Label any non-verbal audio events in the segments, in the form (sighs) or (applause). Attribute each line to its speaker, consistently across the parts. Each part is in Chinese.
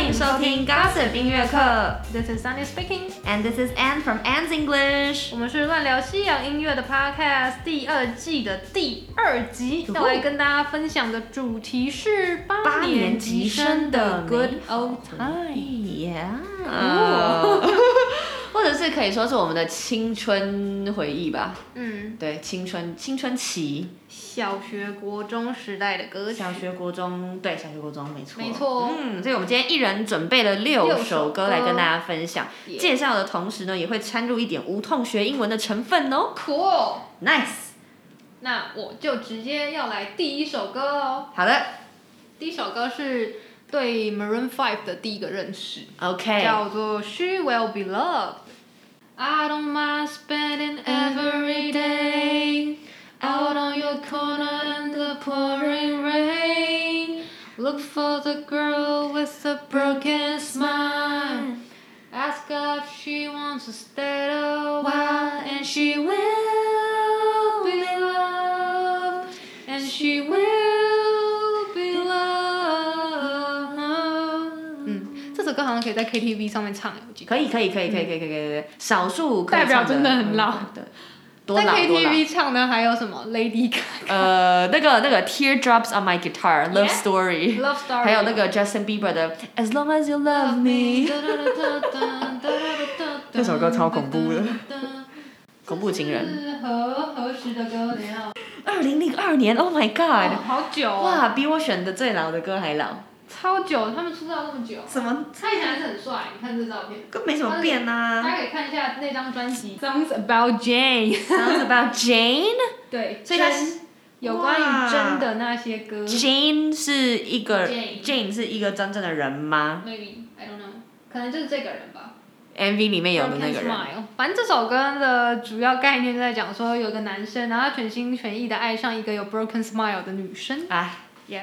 Speaker 1: 迎 Gossip 音乐课
Speaker 2: This is Sunny speaking。
Speaker 1: ，and this is Anne from Anne's English。
Speaker 2: 我们是乱聊西洋音乐的 Podcast 第二季的第二集。
Speaker 1: 哦
Speaker 2: 要来跟大家分享的主题是八年级生的 Good Old Time。
Speaker 1: Yeah，、
Speaker 3: (laughs) 或者是可以说是我们的青春回忆吧，
Speaker 2: 嗯，
Speaker 3: 对，青春青春期，
Speaker 2: 小学、国中时代的歌曲。
Speaker 3: 小学、国中，对，小学、国中，没错，
Speaker 2: 没错
Speaker 3: 嗯，所以我们今天一人准备了六
Speaker 2: 六首
Speaker 3: 首
Speaker 2: 歌
Speaker 3: 歌来跟大家分享，
Speaker 2: Yeah
Speaker 3: 介绍的同时呢，也会掺入一点无痛学英文的成分哦。
Speaker 2: Cool。
Speaker 3: Nice，
Speaker 2: 那我就直接要来第一首歌哦。
Speaker 3: 好的
Speaker 2: 第一首歌是对 Maroon Five 的第一个认识。
Speaker 3: ，OK，
Speaker 2: 叫做 She Will Be Loved。I don't mind spending every day out on your corner in the pouring rain. Look for the girl with the broken smile. Ask her if she wants to stay a while, and she will be loved, and she will be loved. 嗯，这首歌好像可以在 KTV 上面唱，我记得。
Speaker 3: 可以可以可以可以可以可以可以，少数可以
Speaker 2: 代表
Speaker 3: 唱
Speaker 2: 真的很老
Speaker 3: 嗯对，多
Speaker 2: 在
Speaker 3: 老多老。
Speaker 2: KTV 唱的还有什么 Lady Gaga、
Speaker 3: 呃，那个那个 Teardrops on My Guitar
Speaker 2: Yeah
Speaker 3: Love Story，
Speaker 2: Love Story，
Speaker 3: 还有那个 Justin Bieber 的 As Long as You Love
Speaker 2: (laughs)
Speaker 3: Me，
Speaker 2: 这
Speaker 3: 这首歌超恐怖的。恐怖情人。
Speaker 2: 是何何时的歌？等一下，
Speaker 3: 二零零二年，Oh my
Speaker 2: 哦
Speaker 3: God，
Speaker 2: 好久哦，
Speaker 3: 哇，比我选的最老的歌还老。
Speaker 2: 超久，他们出道那么久。
Speaker 3: 什么？
Speaker 2: 他以前还是很帅，你看这照片。
Speaker 3: 都没什么变
Speaker 2: 大
Speaker 3: 呐。
Speaker 2: 家可以看一下那张专辑《Songs About Jane》，
Speaker 3: Sounds about Jane，
Speaker 2: 对，
Speaker 3: 所以他
Speaker 2: 真
Speaker 3: 是
Speaker 2: 有关于
Speaker 3: 哇
Speaker 2: 真的那些歌。
Speaker 3: Jane 是一个
Speaker 2: Jane
Speaker 3: Jane 是一个真正的人吗
Speaker 2: Maybe I don't know，可能就是这个人吧。
Speaker 3: ？MV 里面有的那
Speaker 2: Broken
Speaker 3: 个人。
Speaker 2: Smile 反正这首歌的主要概念就在讲说，有个男生，然后他全心全意的爱上一个有 broken smile 的女生。
Speaker 3: 哎，
Speaker 2: Yeah。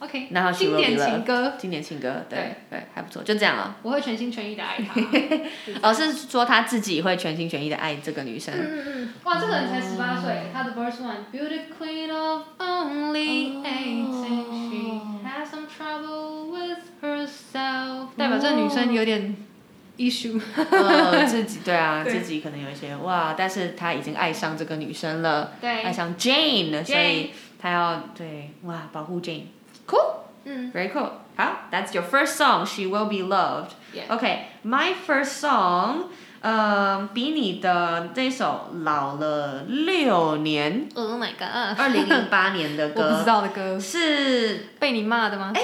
Speaker 2: OK。
Speaker 3: 然后 She
Speaker 2: 经
Speaker 3: Will Be
Speaker 2: 典情
Speaker 3: Loved
Speaker 2: 歌，
Speaker 3: 经典情歌，对
Speaker 2: 对
Speaker 3: 对，还不错，就这样了。
Speaker 2: 我会全心全意的爱
Speaker 3: (laughs)
Speaker 2: 他。
Speaker 3: 哦，是说他自己会全心全意的爱这个
Speaker 2: (laughs)
Speaker 3: 女生。
Speaker 2: 嗯嗯，哇，这个人才十八岁，他的 verse one beauty queen of only eighteen, she
Speaker 3: 哦
Speaker 2: has some trouble with herself，代表这女生有点 issue。
Speaker 3: 呃，自己对啊，
Speaker 2: 对
Speaker 3: 自己可能有一些哇，但是他已经爱上这个女生了，
Speaker 2: 对
Speaker 3: 爱上 Jane，了所
Speaker 2: Jane
Speaker 3: 以他要对哇保护 Jane。
Speaker 2: 嗯
Speaker 3: Very cool. 好，That's your first song. She will be loved.
Speaker 2: Yeah.
Speaker 3: Okay, my first song. 呃，比你的这首老了六
Speaker 2: (laughs)
Speaker 3: 年，
Speaker 2: ，Oh my god，
Speaker 3: 二零零八年的
Speaker 2: 我不知
Speaker 3: 歌
Speaker 2: 道的歌，
Speaker 3: 是
Speaker 2: 被你骂的吗？哎，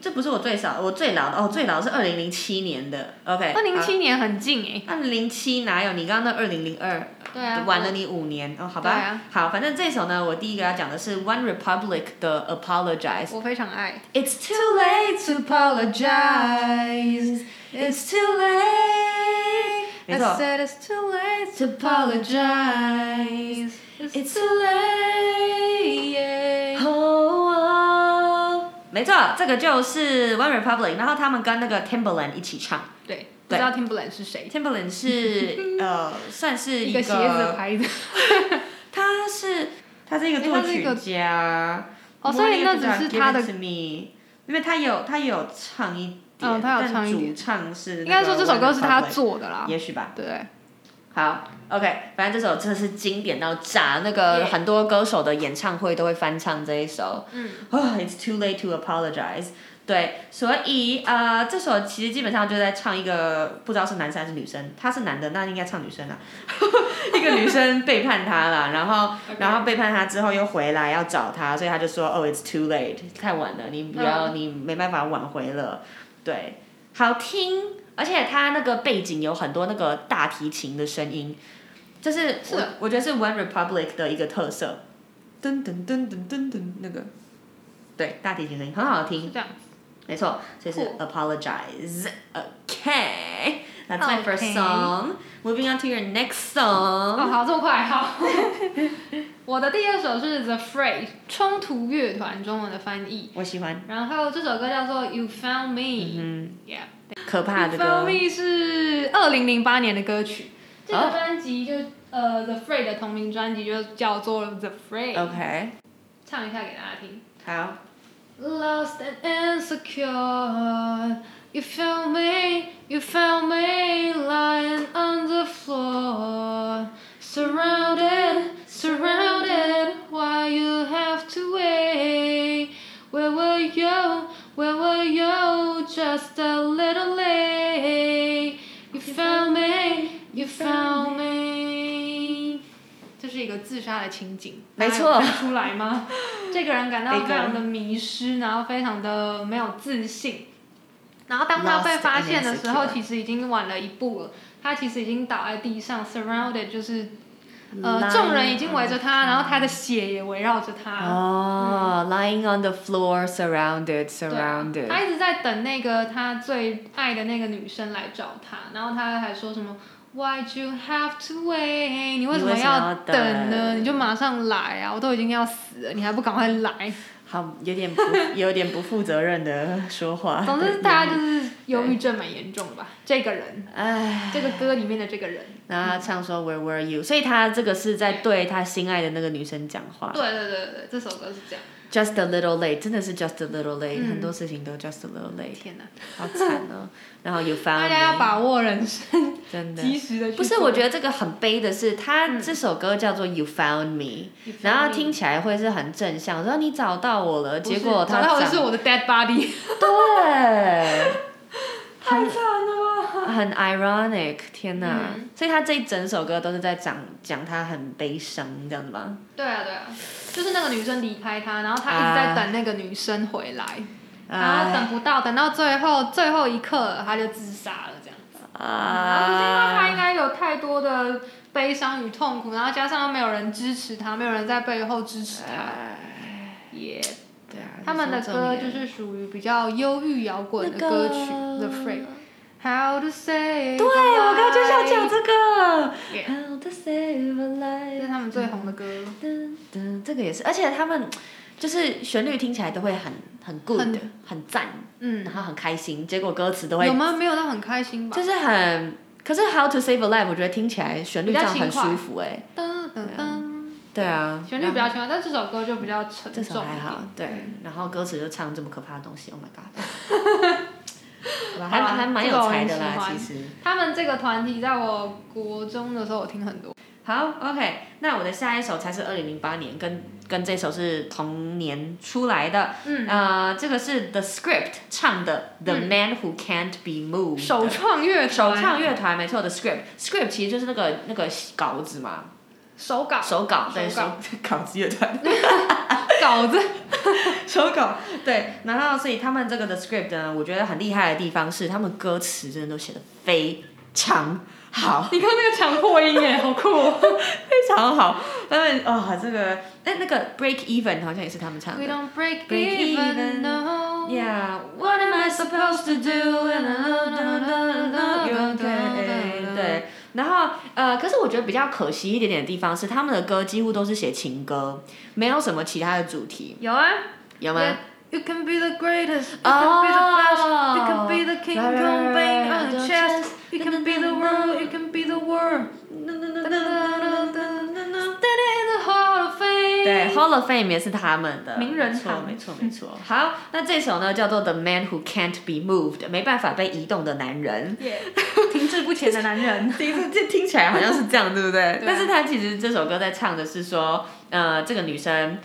Speaker 3: 这不是我最少，我最老的哦，最老是二零零七年的。OK，
Speaker 2: 哎二零七年很近
Speaker 3: (laughs)
Speaker 2: 哎。
Speaker 3: 二零零七哪有？你刚刚那二零零二，
Speaker 2: 对啊
Speaker 3: 晚了你五年哦，好吧。
Speaker 2: 对啊
Speaker 3: 好，反正这首呢，我第一个要讲的是 One Republic 的 Apologize。
Speaker 2: 我非常爱。
Speaker 3: It's too late to apologize. It's too late. 没
Speaker 2: I
Speaker 3: 错。
Speaker 2: said it's too late
Speaker 3: To
Speaker 2: to apologize.
Speaker 3: apologize.
Speaker 2: It's
Speaker 3: It's
Speaker 2: too late.
Speaker 3: Oh, oh 没错，这个就是 One Republic，然后他们跟那个 Timbaland 一起唱。
Speaker 2: 对，不知道 Timberland 是谁，(laughs)
Speaker 3: Timbaland 是呃，算是
Speaker 2: 一
Speaker 3: 一
Speaker 2: 个鞋子牌子。
Speaker 3: 他是他是一个
Speaker 2: 诶他
Speaker 3: 作
Speaker 2: 是一
Speaker 3: 曲
Speaker 2: 个
Speaker 3: 家，
Speaker 2: 哦所以
Speaker 3: Morning
Speaker 2: 那
Speaker 3: Guitar
Speaker 2: 只是
Speaker 3: Give
Speaker 2: 他
Speaker 3: It
Speaker 2: 的
Speaker 3: to me，因为他有他有唱一点，
Speaker 2: 嗯他有唱一
Speaker 3: 但
Speaker 2: 点
Speaker 3: 主唱是
Speaker 2: 应该说这首歌是他
Speaker 3: 做，
Speaker 2: 做的啦。
Speaker 3: 也许吧。
Speaker 2: 对，
Speaker 3: 好，OK，反正这首真的是经典到炸，那个
Speaker 2: Yeah
Speaker 3: 很多歌手的演唱会都会翻唱这一首。
Speaker 2: 嗯，
Speaker 3: 啊、i t s too late to apologize。对，所以呃，这首其实基本上就在唱一个不知道是男生还是女生，他是男的，那应该唱女生啦。 (laughs) 一个女生背叛他了，然后
Speaker 2: OK
Speaker 3: 然后背叛他之后又回来要找他，所以他就说哦、i t s too late，太晚了，你不要、你没办法挽回了。对，好听，而且他那个背景有很多那个大提琴的声音，就是
Speaker 2: 是
Speaker 3: 我我觉得是 One Republic 的一个特色。噔噔噔噔噔噔，那个，对，大提琴声音很好
Speaker 2: 是
Speaker 3: 听，
Speaker 2: 这样。
Speaker 3: 没错，所以是 apologize。Okay, that's
Speaker 2: Okay.
Speaker 3: my first song. Moving on to your next
Speaker 2: 哦，
Speaker 3: song.
Speaker 2: 好，这么快，好。 (laughs) 我的第二首是 The Fray，冲突乐团中文的翻译。
Speaker 3: 我喜欢，
Speaker 2: 然后这首歌叫做《You Found Me》
Speaker 3: 嗯，
Speaker 2: ，Yeah。
Speaker 3: 可怕的
Speaker 2: f o l
Speaker 3: 歌
Speaker 2: l。Me 是二零零八年的歌曲，这
Speaker 3: 哦
Speaker 2: 个专辑就、呃 The Fray 的同名专辑就叫做 The Fray，、
Speaker 3: OK，啊
Speaker 2: 唱一下给大家听。
Speaker 3: 好。
Speaker 2: Lost and insecure, You found me, you found me lying on the floor. Surrounded, surrounded, why you have to wait? Where were you, where were you? Just a little late. You found me, you found me. 这是一个自杀的情景，
Speaker 3: 没错
Speaker 2: 大家有看出来吗？这个人感到
Speaker 3: 那个
Speaker 2: 非常的迷失，然后非常的没有自信。然后当他
Speaker 3: Lost
Speaker 2: 被发现的时候，
Speaker 3: and insecure
Speaker 2: 其实已经晚了一步了。他其实已经倒在地上，surrounded 就是呃，众人已经围着他，然后他的血也围绕着他。
Speaker 3: 哦、l y i n g on the floor, surrounded,
Speaker 2: 对啊
Speaker 3: surrounded，、
Speaker 2: 他一直在等那个他最爱的那个女生来找他，然后他还说什么 “Why'd you have to wait？” 你为什
Speaker 3: 你为
Speaker 2: 么
Speaker 3: 什么
Speaker 2: 要
Speaker 3: 要
Speaker 2: 等呢？
Speaker 3: 等
Speaker 2: 你就马上来啊！我都已经要死了，你还不赶快来？
Speaker 3: 好，有点不，有点不负责任的说 (laughs) 话。
Speaker 2: 总之，
Speaker 3: 对
Speaker 2: 大家就是忧郁症蛮严重的吧。这个人，
Speaker 3: 唉，
Speaker 2: 这个歌里面的这个人，
Speaker 3: 然哎后他唱说 Where were you？所以他这个是在对他心爱的那个女生讲话。
Speaker 2: 对对对对对，这首歌是这样。
Speaker 3: Just a little late，真的是 just a little late，、很多事情都 just a little late，
Speaker 2: 天哪，
Speaker 3: 好惨 (laughs) 哦。然后 You
Speaker 2: 大
Speaker 3: found
Speaker 2: 家要
Speaker 3: me，
Speaker 2: 把握人生，
Speaker 3: 真的。
Speaker 2: 及时的去。
Speaker 3: 不是，我觉得这个很悲的是，他这首歌叫做 You Found Me，、
Speaker 2: You Found
Speaker 3: 然后听起来会是很正向，说你找到我了，
Speaker 2: 不是
Speaker 3: 结果他
Speaker 2: 找到的
Speaker 3: 长
Speaker 2: 是我的 dead body，
Speaker 3: 对，
Speaker 2: 太惨了吧！
Speaker 3: 很 ironic，天哪！
Speaker 2: 嗯
Speaker 3: 所以他这一整首歌都是在讲讲他很悲伤，这样子吗？
Speaker 2: 对啊对啊，就是那个女生离开他，然后他一直在等那个女生回来，然后
Speaker 3: 哎
Speaker 2: 等不到，等到最后最后一刻了他就自杀了这样。然后就是因为他应
Speaker 3: 啊，
Speaker 2: 该有太多的悲伤与痛苦，然后加上又没有人支持他，没有人在背后支持他，也、
Speaker 3: 啊对啊，
Speaker 2: 他们的
Speaker 3: 这种
Speaker 2: 歌
Speaker 3: 也
Speaker 2: 就是属于比较忧郁摇滚的
Speaker 3: 那个
Speaker 2: 歌曲、The Freak。How to say？
Speaker 3: 对，我刚刚就是要讲这个。
Speaker 2: Yeah
Speaker 3: How to save a
Speaker 2: 这是
Speaker 3: life
Speaker 2: 他们最红的歌，
Speaker 3: 噔噔，这个也是，而且他们就是旋律听起来都会很很 good，
Speaker 2: 很
Speaker 3: 很赞，
Speaker 2: 嗯，
Speaker 3: 然后很开心，结果歌词都会
Speaker 2: 有吗？没有到很开心吧
Speaker 3: 就？是很，可是 How to Save a Life 我觉得听起来旋律这样很舒服哎、
Speaker 2: 噔噔噔，
Speaker 3: 对啊，
Speaker 2: 旋律比较轻快，但这首歌就比较沉
Speaker 3: 这
Speaker 2: 重
Speaker 3: 首
Speaker 2: 一
Speaker 3: 还好
Speaker 2: 点。，
Speaker 3: 对，然后歌词就唱这么可怕的东西，Oh my god，好吧
Speaker 2: 好
Speaker 3: 还
Speaker 2: 啦
Speaker 3: 还蛮有才的啦
Speaker 2: 这个我很喜，欢
Speaker 3: 其实。
Speaker 2: 他们这个团体在我国中的时候，我听很多。
Speaker 3: 好，OK，那我的下一首才是二零零八年，跟跟这首是同年出来的，
Speaker 2: 嗯，
Speaker 3: 呃，这个是 The Script 唱的《The
Speaker 2: 嗯
Speaker 3: Man Who Can't Be Moved》
Speaker 2: 首创乐
Speaker 3: 嗯首
Speaker 2: 团
Speaker 3: 唱乐团，没错，The Script。Script 其实就是那个那个稿子嘛，
Speaker 2: 手稿
Speaker 3: 手 (laughs) 稿对
Speaker 2: 手稿
Speaker 3: 稿子乐团，
Speaker 2: 稿子，
Speaker 3: 手稿对。然后，所以他们这个的 script 呢，我觉得很厉害的地方是，他们歌词真的都写的非常好，
Speaker 2: 你看那个强迫音哎，好酷、哦。
Speaker 3: 非常好。他们哦，这个那那个 break even 好像也是他们唱
Speaker 2: We
Speaker 3: 的。
Speaker 2: don't break,
Speaker 3: Break
Speaker 2: even,
Speaker 3: even.
Speaker 2: no.
Speaker 3: Yeah, 哦 what am I supposed to do? And 对，然后呃，可是我觉得比较可惜一点点的地方是，他们的歌几乎都是写情歌，没有什么其他的主题，
Speaker 2: 有啊，
Speaker 3: 有吗？
Speaker 2: You can be the greatest, you can be the best, you can
Speaker 3: Oh.
Speaker 2: be the king,
Speaker 3: Right, right,
Speaker 2: kong bang on
Speaker 3: right,
Speaker 2: your
Speaker 3: right,
Speaker 2: chest,
Speaker 3: chest.
Speaker 2: you can be the world, you can be the world. Stand in the hall of fame.
Speaker 3: 对，Hall of Fame 也是他们的
Speaker 2: 名人
Speaker 3: 没错，
Speaker 2: 堂
Speaker 3: 没错，没错。好，那这首呢叫做《The Man Who Can't Be Moved》，没办法被移动的男人。
Speaker 2: Yeah，停滞不前的男人。
Speaker 3: (laughs) 听这听起来好像是这样，对不对？
Speaker 2: (laughs) 对啊
Speaker 3: 但是他其实这首歌在唱的是说，呃，这个女生，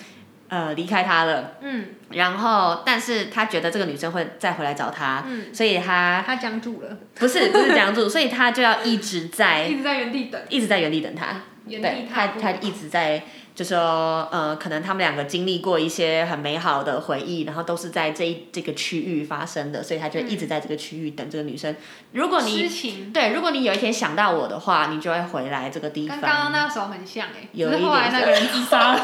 Speaker 3: 呃，离开他了，
Speaker 2: 嗯
Speaker 3: 然后，但是他觉得这个女生会再回来找他，
Speaker 2: 嗯，
Speaker 3: 所以他
Speaker 2: 他僵住了，
Speaker 3: 不是不是讲住，所以他就要一直在
Speaker 2: (laughs) 一直在原地等，
Speaker 3: 一直在原地等他。
Speaker 2: 原
Speaker 3: 对
Speaker 2: 地
Speaker 3: 他，
Speaker 2: 踏步。
Speaker 3: 他一直在就说，呃，可能他们两个经历过一些很美好的回忆，然后都是在这一这个区域发生的，所以他就一直在这个区域等这个女生。如果
Speaker 2: 痴
Speaker 3: 你
Speaker 2: 情，
Speaker 3: 对，如果你有一天想到我的话，你就会回来这个地
Speaker 2: 跟
Speaker 3: 方。
Speaker 2: 刚刚那首很像哎、只
Speaker 3: 有
Speaker 2: 是
Speaker 3: 一
Speaker 2: 后来
Speaker 3: 点
Speaker 2: 那个人自杀了。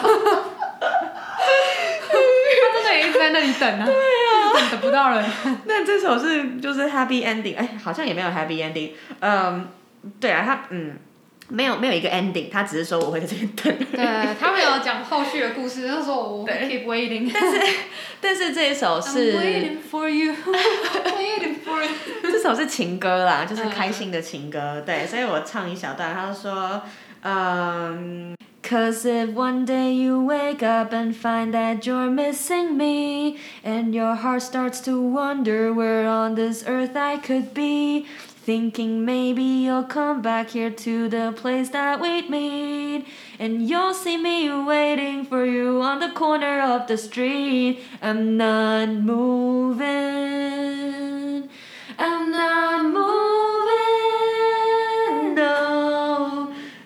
Speaker 2: 他真的也一直在那里等啊，对啊，等等不到人。
Speaker 3: 那这首是就是 happy ending，哎、好像也没有 happy ending，嗯，对啊，他嗯。没有没有一个 ending，他只是说我会在这边等。 (laughs)
Speaker 2: 对他们有讲后续的故事，就说我会 keep waiting，但是
Speaker 3: 但是这一首是
Speaker 2: I'm waiting for you，waiting for you。
Speaker 3: (laughs) 这首是情歌啦，就是
Speaker 2: 嗯
Speaker 3: 开心的情歌，对，所以我唱一小段，他就说，嗯。
Speaker 1: Cause if one day you wake up and find that you're missing me, and your heart starts to wonder where on this earth I could be, thinking maybe you'll come back here to the place that we'd meet, and you'll see me waiting for you on the corner of the street. I'm not moving. I'm not moving. No.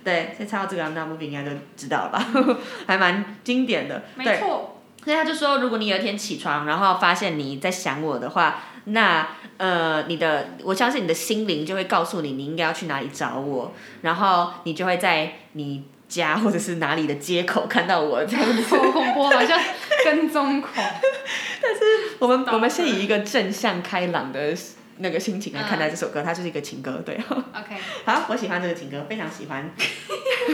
Speaker 3: 对，所以唱到这个 I'm not moving 应该就知道了吧， (laughs) 还蛮经典的。
Speaker 2: 没
Speaker 3: 对，
Speaker 2: 错，
Speaker 3: 所以他就说，如果你有一天起床，然后发现你在想我的话，那呃，你的我相信你的心灵就会告诉你，你应该要去哪里找我，然后你就会在你家或者是哪里的街口看到我。这样
Speaker 2: 好恐怖，好像跟踪狂。
Speaker 3: (laughs) 我们
Speaker 2: 懂
Speaker 3: 我们是以一个正向开朗的那个心情来
Speaker 2: 嗯
Speaker 3: 看待这首歌，它就是一个情歌，对。 (laughs)
Speaker 2: OK，
Speaker 3: 好，我喜欢这个情歌，非常喜欢。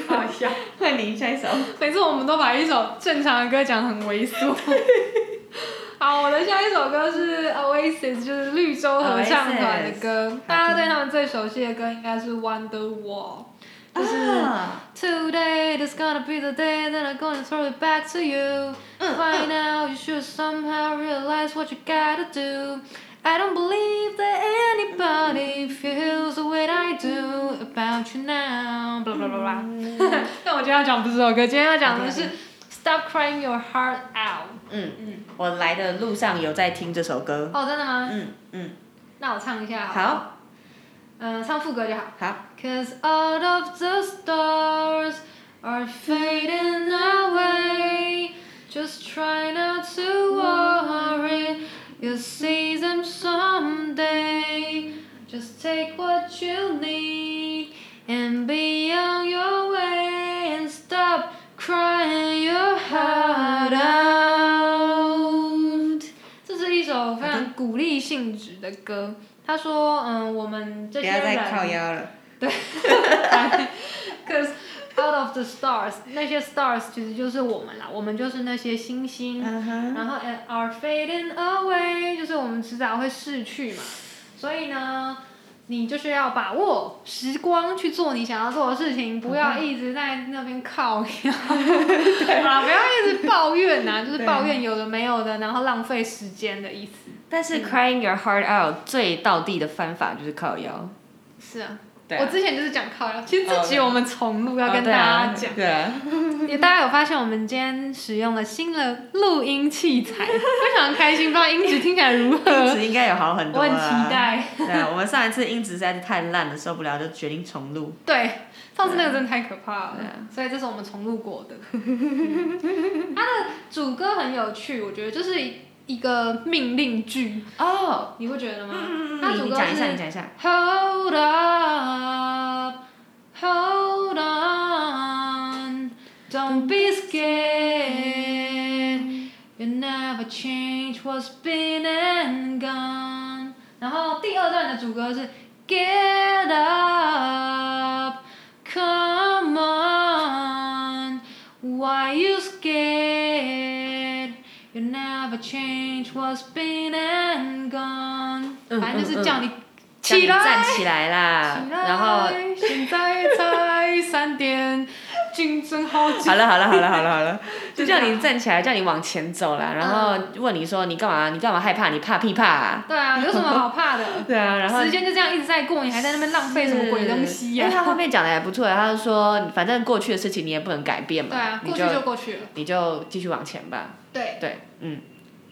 Speaker 2: 好
Speaker 3: (laughs)
Speaker 2: 笑。
Speaker 3: 换你下一首。
Speaker 2: (laughs) 每次我们都把一首正常的歌讲得很猥琐。好，我的下一首歌是 Oasis，就是绿洲合唱团的歌。大家对他们最熟悉的歌应该是《Wonder Wall》，就是。
Speaker 3: 啊
Speaker 2: Today is gonna be the day that I'm gonna throw it back to you. By now, you should somehow realize what you gotta do. I don't believe that anybody feels the way I do about you now. Blah blah blah blah. (laughs) 但我今天要讲不是这首歌，今天要讲的是 Stop Crying Your Heart Out。
Speaker 3: 嗯嗯，我来的路上有在听这首歌。
Speaker 2: 哦，真的吗？
Speaker 3: 嗯嗯，
Speaker 2: 那我唱一下好了。
Speaker 3: 好
Speaker 2: 嗯、唱副歌就好。
Speaker 3: 好。
Speaker 2: Cause out of the stars are fading away. Just try not to worry, you'll see them someday. Just take what you need and be on your way and stop crying your heart out. 这是一首非常鼓励性质的歌。他说：“嗯，我们这
Speaker 3: 不
Speaker 2: 些
Speaker 3: 要
Speaker 2: 人。”
Speaker 3: 再靠腰了。
Speaker 2: (laughs) Cause out of the stars，那些 stars 其实就是我们啦，我们就是那些星星。
Speaker 3: 嗯哼，
Speaker 2: 然后 and are fading away，就是我们迟早会逝去嘛。所以呢，你就是要把握时光去做你想要做的事情，不
Speaker 3: 嗯
Speaker 2: 要一直在那边靠
Speaker 3: (laughs)
Speaker 2: 腰啊，不要一直抱怨呐、就是抱怨有的没有的，然后浪费时间的意思。
Speaker 3: 但是 crying your heart out 最到地的方法就是靠腰。
Speaker 2: 是啊。
Speaker 3: 对啊
Speaker 2: 我之前就是讲靠腰，其实这集
Speaker 3: 哦
Speaker 2: 我们重录要
Speaker 3: 哦
Speaker 2: 跟大
Speaker 3: 对啊
Speaker 2: 家讲。
Speaker 3: 对啊，
Speaker 2: 也大家有发现，我们今天使用了新的录音器材，
Speaker 3: (laughs)
Speaker 2: 非常开心，不知道音质听起来如
Speaker 3: 啊音
Speaker 2: 何？
Speaker 3: 质应该有好很
Speaker 2: 我
Speaker 3: 多
Speaker 2: 很
Speaker 3: 了。
Speaker 2: 期。待。
Speaker 3: 对啊，我们上一次音质实在是太烂了，受不了，就决定重录。
Speaker 2: 对，上次那个真的太可怕了
Speaker 3: 对啊，
Speaker 2: 所以这是我们重录过的。 (laughs) 嗯它的主歌很有趣，我觉得就是一个命令句，
Speaker 3: 哦，
Speaker 2: 你会觉得吗？
Speaker 3: 嗯
Speaker 2: 它
Speaker 3: 嗯，
Speaker 2: 主
Speaker 3: 你
Speaker 2: 歌
Speaker 3: 讲一下，
Speaker 2: 是
Speaker 3: 你讲一下。
Speaker 2: Hold up, hold on, don't be scared. You never change what's been and gone. 然后第二段的主歌是 Get up, come on, why you scared? You never change what's been and gone.
Speaker 3: 嗯
Speaker 2: 反正就是
Speaker 3: 嗯嗯
Speaker 2: 叫你起
Speaker 3: 叫你
Speaker 2: 来，
Speaker 3: 站起来啦
Speaker 2: 起！来
Speaker 3: 然后，
Speaker 2: 现在才三点，竞争好激
Speaker 3: (laughs) 好了好了好了好了好嗯了， (laughs) 就
Speaker 2: 就这样
Speaker 3: 叫你站起来，叫你往前走啦。然后问你说你干嘛？你干嘛害怕？你怕屁怕啊？
Speaker 2: 对啊，有什么好怕 (laughs) 的？
Speaker 3: 对啊， (laughs) 然后
Speaker 2: 时间就这样一直在过，你还在那边浪费什么鬼东西呀、
Speaker 3: 因为他后面讲的还不错，他就说反正过去的事情你也不能改变嘛，
Speaker 2: 对啊，
Speaker 3: 你
Speaker 2: 过去就过去了。
Speaker 3: 嗯你就继续往前吧。
Speaker 2: 对，
Speaker 3: 对，嗯，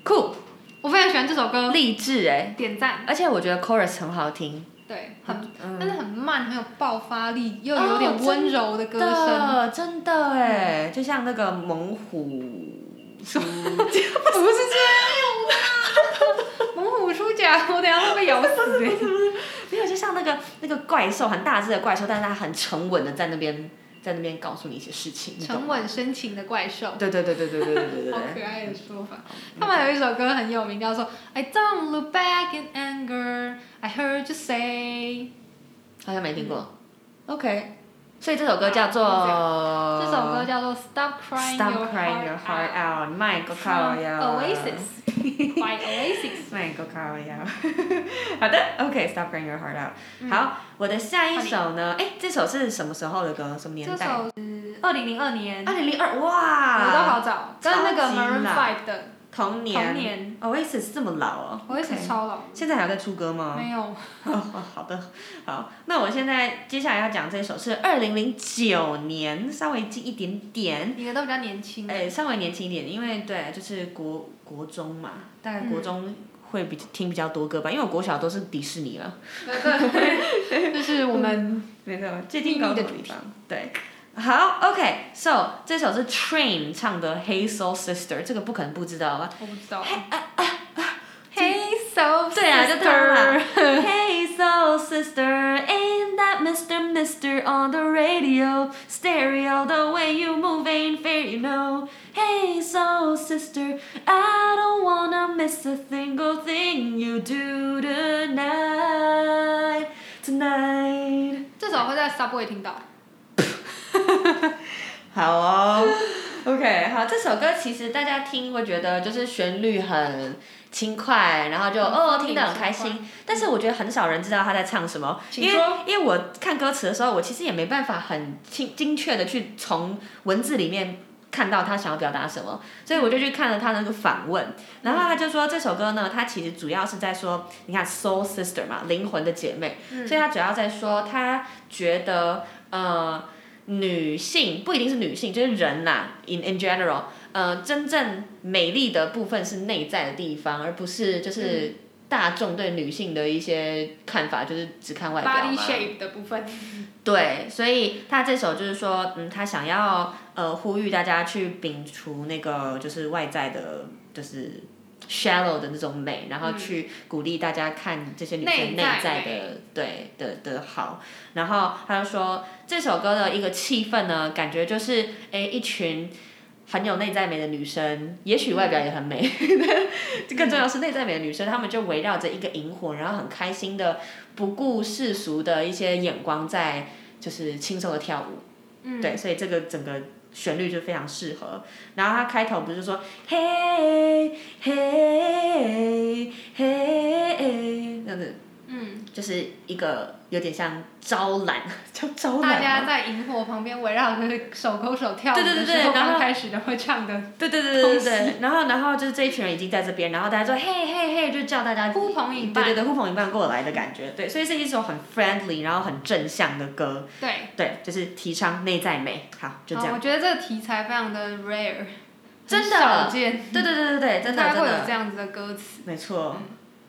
Speaker 3: 酷，
Speaker 2: 我非常喜欢这首歌，
Speaker 3: 励志哎，
Speaker 2: 点赞。
Speaker 3: 而且我觉得 chorus 很好听，
Speaker 2: 对，很，
Speaker 3: 嗯
Speaker 2: 但是很慢，很有爆发力，又
Speaker 3: 哦
Speaker 2: 有点温柔的歌声。
Speaker 3: 的真的哎，就像那个猛虎，
Speaker 2: 不是这样的，猛虎出甲，我等一下会被咬死欸
Speaker 3: 没有，就像那个那个怪兽，很大只的怪兽，但是它很沉稳的在那边在那边告诉你一些事情，你懂
Speaker 2: (laughs) 沉
Speaker 3: 吗。
Speaker 2: 稳深情的怪兽。
Speaker 3: 对对对对对对对对对
Speaker 2: 好 (laughs)
Speaker 3: 对。
Speaker 2: 可爱的说法。他们有一首歌很有名，叫做《I Don't Look Back in Anger》，I heard you say。
Speaker 3: 好像没听过。OK，所以这首歌叫做
Speaker 2: 嗯这首歌叫做 Stop Crying
Speaker 3: 呃 Stop
Speaker 2: Your
Speaker 3: Crying Your Heart
Speaker 2: Out
Speaker 3: Out，卖个靠
Speaker 2: from
Speaker 3: 呀 (laughs)
Speaker 2: Oasis by Oasis。
Speaker 3: 卖个靠呀。 (laughs) 好的，OK，Stop、Crying Your Heart Out、
Speaker 2: 嗯
Speaker 3: 好，我的下一首呢？哎，这首是什么时候的歌？什么年
Speaker 2: 这
Speaker 3: 代？
Speaker 2: 首是二零零二年，
Speaker 3: 二
Speaker 2: 我
Speaker 3: 零零二，哇，
Speaker 2: 都好找，跟那个
Speaker 3: 超级
Speaker 2: Maroon
Speaker 3: 老
Speaker 2: Five 的
Speaker 3: 同年。
Speaker 2: 同年
Speaker 3: Oasis 这么老哦
Speaker 2: Oasis
Speaker 3: OK 嗯
Speaker 2: 超老，
Speaker 3: 现在还有在出歌吗？
Speaker 2: 没有
Speaker 3: (laughs) 哦，好的，好，那我现在接下来要讲这首是二零零九年，稍微近一点点，
Speaker 2: 你的都比较年轻。
Speaker 3: 嗯哎，稍微年轻一点，因为对，就是国国中嘛，大概国中会比听比较多歌吧，因为我国小都是迪士尼了，
Speaker 2: 对，就是我们
Speaker 3: 嗯没错，
Speaker 2: 接近高中的
Speaker 3: 地方，对。好，OK，So、这首是 Train 唱的《Hey Soul Sister》，这个不可能不知道吧？
Speaker 2: 我不知道。Hey so
Speaker 3: 啊对啊，就他 (laughs) 嘛。hey soul sister, ain't that Mr. Mister on the radio? Stereo, the way you move ain't fair, you know. Hey soul sister, I don't wanna miss a single thing you do tonight, tonight.
Speaker 2: 这首会在 Subway 听到。
Speaker 3: 好 (sighs) 哦，OK，好，这首歌其实大家听会觉得就是旋律很轻快，然后就
Speaker 2: 嗯
Speaker 3: 哦
Speaker 2: 风
Speaker 3: 听
Speaker 2: 景
Speaker 3: 得很开
Speaker 2: 轻
Speaker 3: 心，但是我觉得很少人知道他在唱什么，
Speaker 2: 请
Speaker 3: 因为
Speaker 2: 说
Speaker 3: 因为我看歌词的时候，我其实也没办法很精精确的去从文字里面。看到他想要表达什么，所以我就去看了他那个访问，然后他就说这首歌呢，他其实主要是在说，你看 soul sister 嘛，灵魂的姐妹，
Speaker 2: 嗯
Speaker 3: 所以他主要在说，他觉得呃，女性不一定是女性，就是人呐、i n in general，呃，真正美丽的部分是内在的地方，而不是就是大众对女性的一些看法，就是只看外表嘛。
Speaker 2: Body shape 的部分，
Speaker 3: 对，所以他这首就是说，嗯，他想要呃呼吁大家去摒除那个就是外在的，就是 shallow 的那种美，然后去鼓励大家看这些女生
Speaker 2: 嗯内
Speaker 3: 内
Speaker 2: 在
Speaker 3: 在的对的的好。然后他就说这首歌的一个气氛呢，感觉就是诶一群。很有内在美的女生，也许外表也很美， (laughs) 更重要是内在美的女生，她们就围绕着一个萤火，然后很开心的不顾世俗的一些眼光，在就是轻松的跳舞。
Speaker 2: 嗯，
Speaker 3: 对，所以这个整个旋律就非常适合。然后它开头不是说嘿嘿嘿，那样子
Speaker 2: 嗯，
Speaker 3: 就是一个有点像招揽，叫招
Speaker 2: 大
Speaker 3: 揽
Speaker 2: 家
Speaker 3: 吗。
Speaker 2: 在萤火旁边围绕着手勾手跳舞
Speaker 3: 对对
Speaker 2: 的
Speaker 3: 对对
Speaker 2: 时候，
Speaker 3: 然后
Speaker 2: 刚开始的会唱的
Speaker 3: 对对对对对对，然后然后就是这一群人已经在这边，然后大家说嘿嘿嘿，就叫大家
Speaker 2: 呼朋引
Speaker 3: 对对
Speaker 2: 伴，
Speaker 3: 对，呼朋引伴过来的感觉，对，所以是一首很 friendly，然后很正向的歌，
Speaker 2: 对，
Speaker 3: 对，就是提倡内在美，好，就这
Speaker 2: 啊
Speaker 3: 样，
Speaker 2: 我觉得这个题材非常的 rare，
Speaker 3: 真的
Speaker 2: 很少见，
Speaker 3: 对对对对对，真的
Speaker 2: 大概
Speaker 3: 真
Speaker 2: 会有
Speaker 3: 的
Speaker 2: 这，样子的歌词，
Speaker 3: 没错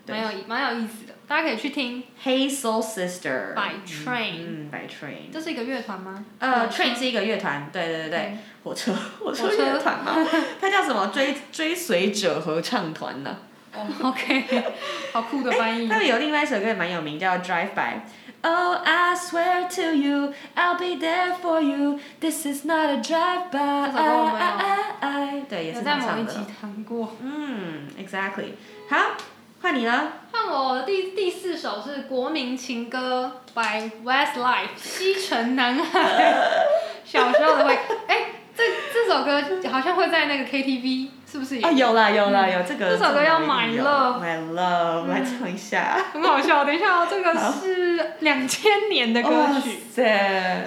Speaker 3: 对
Speaker 2: 蛮有蛮有意思的，大家可以去听
Speaker 3: ，Hey Soul Sister，
Speaker 2: By Train，
Speaker 3: 嗯，By Train，
Speaker 2: 这是一个乐团吗？哦
Speaker 3: 呃，Train 是一个乐团，对对对对，
Speaker 2: 对，
Speaker 3: 火车火车
Speaker 2: 火车
Speaker 3: 乐团嘛， (laughs) 它叫什么追追随者合唱团呢？
Speaker 2: 哦，OK，好酷的翻
Speaker 3: (laughs)
Speaker 2: 译
Speaker 3: 他，们有另外一首歌也蛮有名，叫《Drive By》。Oh, I swear to you, I'll be there for you. This is not a drive by.
Speaker 2: 这首歌我没有
Speaker 3: I, I, I, I. 对，也
Speaker 2: 有
Speaker 3: 是
Speaker 2: 在
Speaker 3: 他
Speaker 2: 某一
Speaker 3: 唱
Speaker 2: 集
Speaker 3: 的。
Speaker 2: 弹过。
Speaker 3: 嗯，exactly。好，换你了。
Speaker 2: 看我第第四首是国民情歌 by Westlife《西城男孩》， (laughs) 小时候的会，哎、这这首歌好像会在那个 KTV，是不是也？
Speaker 3: 啊，有啦有啦有这个。
Speaker 2: 嗯这首歌要嗯
Speaker 3: 买
Speaker 2: My
Speaker 3: 了，
Speaker 2: Love
Speaker 3: 买了，我来唱一下。
Speaker 2: 很好笑，等一下哦，这个是两千年的歌
Speaker 3: 哇
Speaker 2: 曲。
Speaker 3: 塞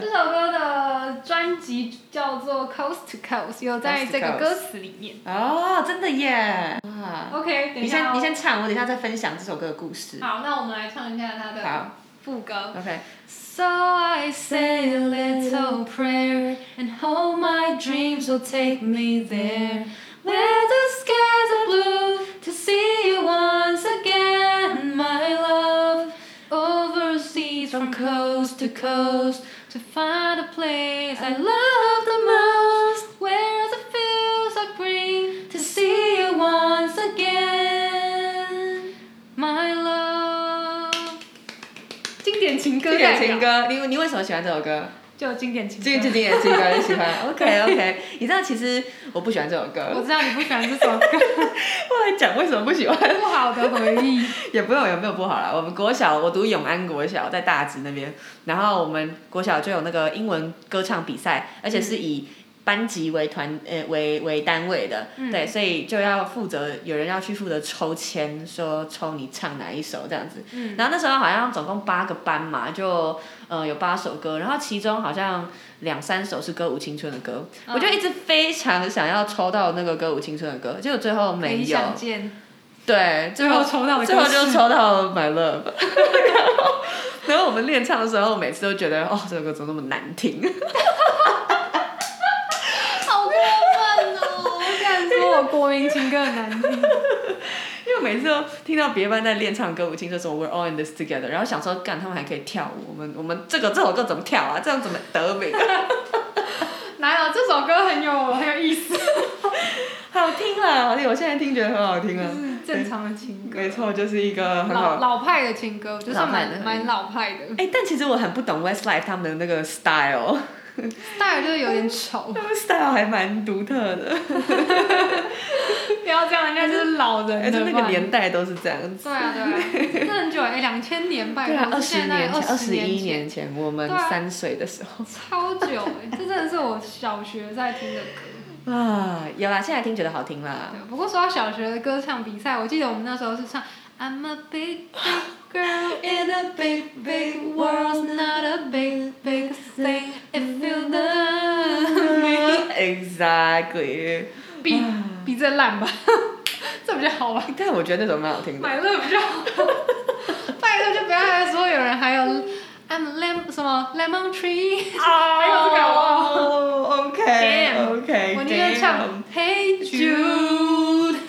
Speaker 2: 这！首歌的专辑叫做《Coast to Coast》，有在
Speaker 3: Coast to
Speaker 2: 这个
Speaker 3: Coast
Speaker 2: 歌词里面。
Speaker 3: 哦，真的耶！啊，
Speaker 2: OK，等
Speaker 3: 你
Speaker 2: 一下、
Speaker 3: 先
Speaker 2: 哦，
Speaker 3: 你先唱，我等一下再分享这首歌的故事。
Speaker 2: 好，那我们来唱一下它的
Speaker 3: 好
Speaker 2: 副歌。
Speaker 3: OK。
Speaker 2: So I say a little prayer and hope my dreams will take me there where the skies are blue to see you once again, my love. Overseas from coast to coast to find a place I love the most where the fields are green to see you once again, my love. 经典情歌
Speaker 3: 这个
Speaker 2: 代表
Speaker 3: 情歌，你你为什么喜欢这首歌？
Speaker 2: 就经典情歌。
Speaker 3: 这个最经典情歌你喜欢
Speaker 2: (laughs)
Speaker 3: ？OK OK，你知道其实我不喜欢这首歌，
Speaker 2: 我
Speaker 3: 我
Speaker 2: 知道你不喜欢这首歌，
Speaker 3: 来讲为什么不喜欢，
Speaker 2: 不好的回忆。
Speaker 3: 也不用有没有不好啦。我们国小我读永安国小，在大直那边，然后我们国小就有那个英文歌唱比赛，而且是以班级为团呃为为单位的，对，所以就要负责有人要去负责抽签，说抽你唱哪一首这样子。然后那时候好像总共八个班嘛，就呃有八首歌，然后其中好像两三首是歌舞青春的歌，我就一直非常想要抽到那个歌舞青春的歌，结果最后
Speaker 2: 可
Speaker 3: (laughs) 没
Speaker 2: 以
Speaker 3: 有。
Speaker 2: 想见，
Speaker 3: 对，最
Speaker 2: 最后
Speaker 3: 后
Speaker 2: 抽到的
Speaker 3: 最后
Speaker 2: 歌
Speaker 3: 就是抽到了《My Love》然后，然后我们练唱的时候，每次都觉得哦，这首歌怎么那么难听？ (laughs)
Speaker 4: 好过分哦！
Speaker 2: 虽然说我国民情歌很难
Speaker 3: (laughs)
Speaker 2: 听，
Speaker 3: 因为每次都听到别班在练唱歌舞青春什么《We're All in This Together》，然后想说，干，他们还可以跳舞，我们我们这个这首歌怎么跳啊？这样怎么得名、 (laughs) 啊？
Speaker 2: 哪有这首歌很有很有意
Speaker 3: (laughs)
Speaker 2: 思，
Speaker 3: 好听啦，好听！我现在听觉得很好听啊
Speaker 2: 就。是正常的情歌，
Speaker 3: 没错，就是一个很
Speaker 2: 老
Speaker 3: 好。
Speaker 2: 老派的情歌，就是
Speaker 3: 老派的
Speaker 2: 蛮蛮老派的，
Speaker 3: 哎、但其实我很不懂 Westlife 他们的那个 style，
Speaker 2: (laughs) 戴尔就是有点
Speaker 3: (laughs)
Speaker 2: 丑，
Speaker 3: 他们 style 还蛮独特的，
Speaker 2: 不要这样，人家就是老人
Speaker 3: 而且
Speaker 2: 了
Speaker 3: 那
Speaker 2: 吧
Speaker 3: 个年代都是这样子。
Speaker 2: 对啊对啊，那很久哎，两千年拜
Speaker 3: 对啊，
Speaker 2: 托，
Speaker 3: 二
Speaker 2: 是
Speaker 3: 十
Speaker 2: 现在
Speaker 3: 年前，
Speaker 2: 二
Speaker 3: 二十
Speaker 2: 年
Speaker 3: 一年前，我们
Speaker 2: 对啊
Speaker 3: 三岁的时候 (laughs)
Speaker 2: 超久哎，这真的是我小学在听的歌。
Speaker 3: 啊，有啦，现在听觉得好听啦。
Speaker 2: 对，不过说到小学的歌唱比赛，我记得我们那时候是唱 I'm a big big girl in a big big world, not a big big thing if you
Speaker 3: (sighs)
Speaker 2: love me。
Speaker 3: (laughs) Exactly，
Speaker 2: 比比这烂吧， (laughs) 这比较好吧，
Speaker 3: 但我觉得那首蛮好
Speaker 2: (laughs)
Speaker 3: 听的。
Speaker 2: 买乐比较好。拜托就不要还说有人还有 I'm a lem 什么 lemon tree，还有这个
Speaker 3: 哦，OK
Speaker 2: Damn
Speaker 3: OK，
Speaker 2: 我宁愿唱 Hey Jude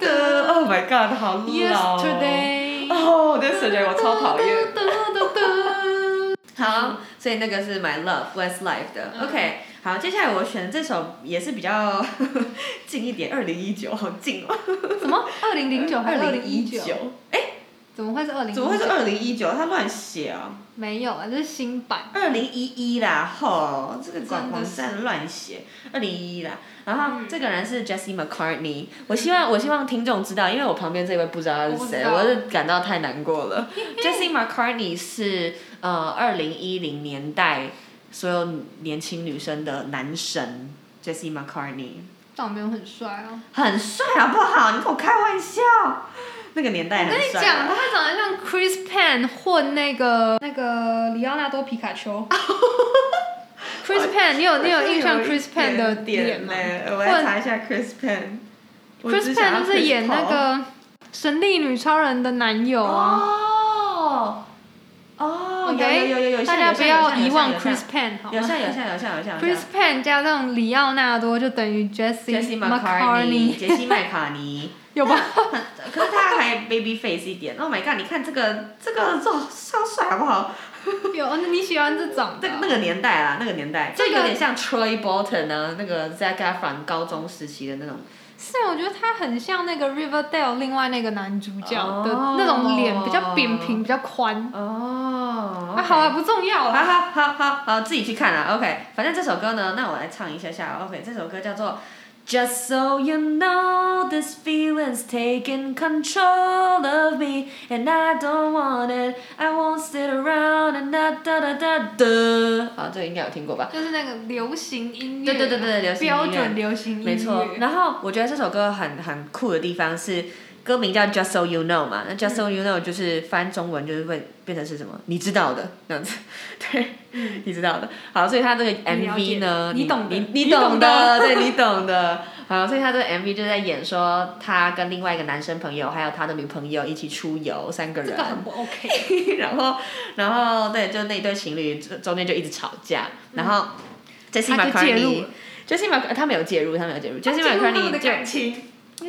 Speaker 3: 的，Oh (laughs) my God，好老。
Speaker 2: yesterday。
Speaker 3: 哦， (laughs) 对，感觉我超讨厌。
Speaker 2: 哒哒哒
Speaker 3: 好，所以那个是 My Love Westlife 的。
Speaker 2: 嗯
Speaker 3: OK，好，接下来我选这首也是比较 (laughs) 近一点，二零一九，好近哦。
Speaker 2: 哒什么？二零零九还是二零一九？
Speaker 3: 2019，哎，
Speaker 2: 怎么会是二零？
Speaker 3: 怎么会是？二零一九？他乱写啊！
Speaker 2: 没有啊，这是新版。
Speaker 3: 二零一一啦，吼，这个广
Speaker 2: 真的
Speaker 3: 网
Speaker 2: 是
Speaker 3: 站乱写，二零一一啦。
Speaker 2: 嗯
Speaker 3: 然后这个人是 Jesse McCartney，我希望我希望听众知道，因为我旁边这位不知道他是谁，
Speaker 2: 我不知道
Speaker 3: 我是感到太难过了。
Speaker 2: (laughs)
Speaker 3: Jesse McCartney 是呃二零一零年代所有年轻女生的男神，Jesse McCartney
Speaker 2: 但我没有很帅哦。
Speaker 3: 很帅好不好？你跟我开玩笑？那个年代
Speaker 2: 我
Speaker 3: 很
Speaker 2: 跟你
Speaker 3: 帅
Speaker 2: 讲，
Speaker 3: 啊。
Speaker 2: 他长得像 Chris Pan 混那个那个里奥纳多皮卡
Speaker 3: (laughs)
Speaker 2: 丘。Chris Pan，你有你有印象 Chris Pan 的
Speaker 3: 点
Speaker 2: 吗
Speaker 3: 呢？我要查一下 Chris Pan。我
Speaker 2: ？Chris
Speaker 3: 只想要
Speaker 2: Pan 就是演
Speaker 3: Chris
Speaker 2: 那
Speaker 3: Paul
Speaker 2: 个神力女超人的男友啊。
Speaker 3: 哦，哦，有
Speaker 2: OK，
Speaker 3: 有有有有，
Speaker 2: 大家不要遗忘 Chris
Speaker 3: 有
Speaker 2: Pan 好吗？
Speaker 3: 像有像有像有像
Speaker 2: Chris Pan 加上里奥纳多就等于 Jesse
Speaker 3: Jesse McCartney，
Speaker 2: McCartney，
Speaker 3: 杰西麦卡尼，
Speaker 2: 有吧？ (laughs)
Speaker 3: 可是他还 baby face 一点。Oh my god！你看这个这个这超帅好不好？
Speaker 2: 有，哦那你喜欢这种
Speaker 3: 那个
Speaker 2: 的？
Speaker 3: 那个年代啦，那个年代，
Speaker 2: 这个
Speaker 3: 有点像 Troy Bolton 啊，那个 Zac Efron 高中时期的那种。
Speaker 2: 是啊，我觉得他很像那个 Riverdale 另外那个男主角的
Speaker 3: 哦
Speaker 2: 那种脸，比较扁平，比较宽。
Speaker 3: 哦
Speaker 2: 啊，好啊，不重要
Speaker 3: 好
Speaker 2: 啦。
Speaker 3: 好好好好，自己去看啦。OK，反正这首歌呢，那我来唱一下下哦。OK，这首歌叫做 Just So You Know This Feeling's Taking Control of Me and I Don't Want It. I won't sit around and da da da da da。好，这个应该有听过吧？
Speaker 2: 就是那个流行音乐，
Speaker 3: 啊
Speaker 2: 啊
Speaker 3: 对对对对流行音
Speaker 2: 标
Speaker 3: 乐
Speaker 2: 准流行音乐，
Speaker 3: 没错。然后我觉得这首歌很很酷的地方是，歌名叫 Just So You Know 嘛，那 Just So You Know 就是翻中文就是会变成是什么？你知道的那样子， (laughs) 对，你知道的。好，所以他这个
Speaker 2: 你了解
Speaker 3: MV 呢，
Speaker 2: 嗯你懂的
Speaker 3: 你
Speaker 2: 你
Speaker 3: 你
Speaker 2: 懂的
Speaker 3: 懂的， (laughs) 对你懂的。好，所以他这个 MV 就在演说他跟另外一个男生朋友还有他的女朋友一起出游，三个人。
Speaker 2: 这个很不 OK。
Speaker 3: 然后，然后对，就那一对情侣中中间就一直吵架，然后 Jesse
Speaker 2: 嗯他就介入
Speaker 3: McCartney。Jesse Mc (laughs) 他没有介入，他没有介入。
Speaker 2: 他进
Speaker 3: Jesse
Speaker 2: 入他们
Speaker 3: McCartney
Speaker 2: 的
Speaker 3: 就
Speaker 2: 感情，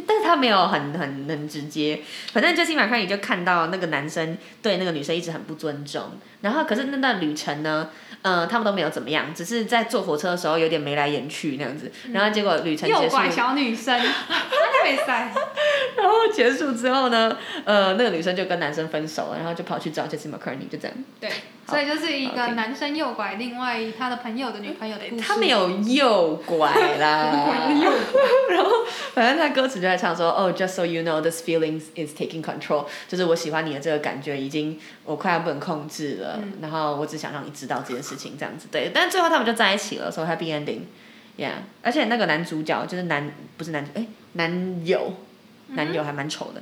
Speaker 3: 但是他没有很很很直接，反正 Jesse McCartney 就看到那个男生对那个女生一直很不尊重，然后可是那段旅程呢，呃，他们都没有怎么样，只是在坐火车的时候有点眉来眼去那样子，
Speaker 2: 嗯
Speaker 3: 然后结果旅程结
Speaker 2: 诱
Speaker 3: 束，
Speaker 2: 拐小女
Speaker 3: (laughs)
Speaker 2: 生，那没塞。
Speaker 3: 然后结束之后呢，呃，那个女生就跟男生分手了，然后就跑去找 Jesse McCartney，就这样。
Speaker 2: 对，所以就是一
Speaker 3: 好
Speaker 2: 个
Speaker 3: ，OK
Speaker 2: 男生诱拐另外他的朋友的女朋友的故事。
Speaker 3: 他
Speaker 2: (laughs)
Speaker 3: 没有哎诱拐啦，然后反正他歌词就在唱说，哦、j u s t so you know, this feeling is taking control，就是我喜欢你的这个感觉已经我快要不能控制了，然后我只想让你知道这件事情，这样子对。但最后他们就在一起了，so happy ending，yeah。而且那个男主角就是男不是男主哎男友，男友还蛮丑的。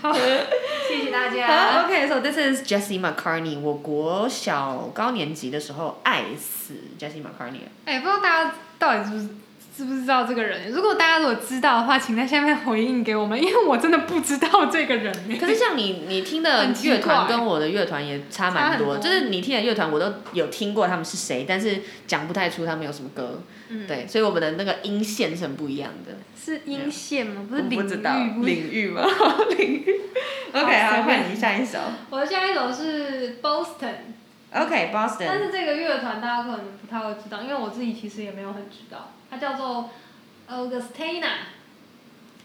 Speaker 2: 好，谢谢大
Speaker 3: 好
Speaker 2: 家。
Speaker 3: ，OK，so、this is Jessie McCartney，我国小高年级的时候爱死 Jessie McCartney 了。
Speaker 2: 哎、不知道大家到底是不是知不知道这个人？如果大家如果知道的话，请在下面回应给我们，因为我真的不知道这个人。
Speaker 3: (laughs) 可是像你，你听的
Speaker 2: 很奇
Speaker 3: 乐团
Speaker 2: 怪
Speaker 3: 跟我的乐团也差蛮多，
Speaker 2: 差很多
Speaker 3: 就是你听的乐团我都有听过他们是谁，但是讲不太出他们有什么歌。
Speaker 2: 嗯，
Speaker 3: 对，所以我们的那个音线是很不一样的。
Speaker 2: 是阴线吗？不
Speaker 3: 我
Speaker 2: 是领
Speaker 3: 不
Speaker 2: 域
Speaker 3: 知道
Speaker 2: 不是
Speaker 3: 领域吗？ (laughs) 领域。OK，
Speaker 2: 好
Speaker 3: 好，
Speaker 2: 随便
Speaker 3: 换你下一首。
Speaker 2: 我的下一首是 Boston，但
Speaker 3: OK，Boston、
Speaker 2: 是这个乐团大家可能不太会知道，因为我自己其实也没有很知道。它叫做 Augustina，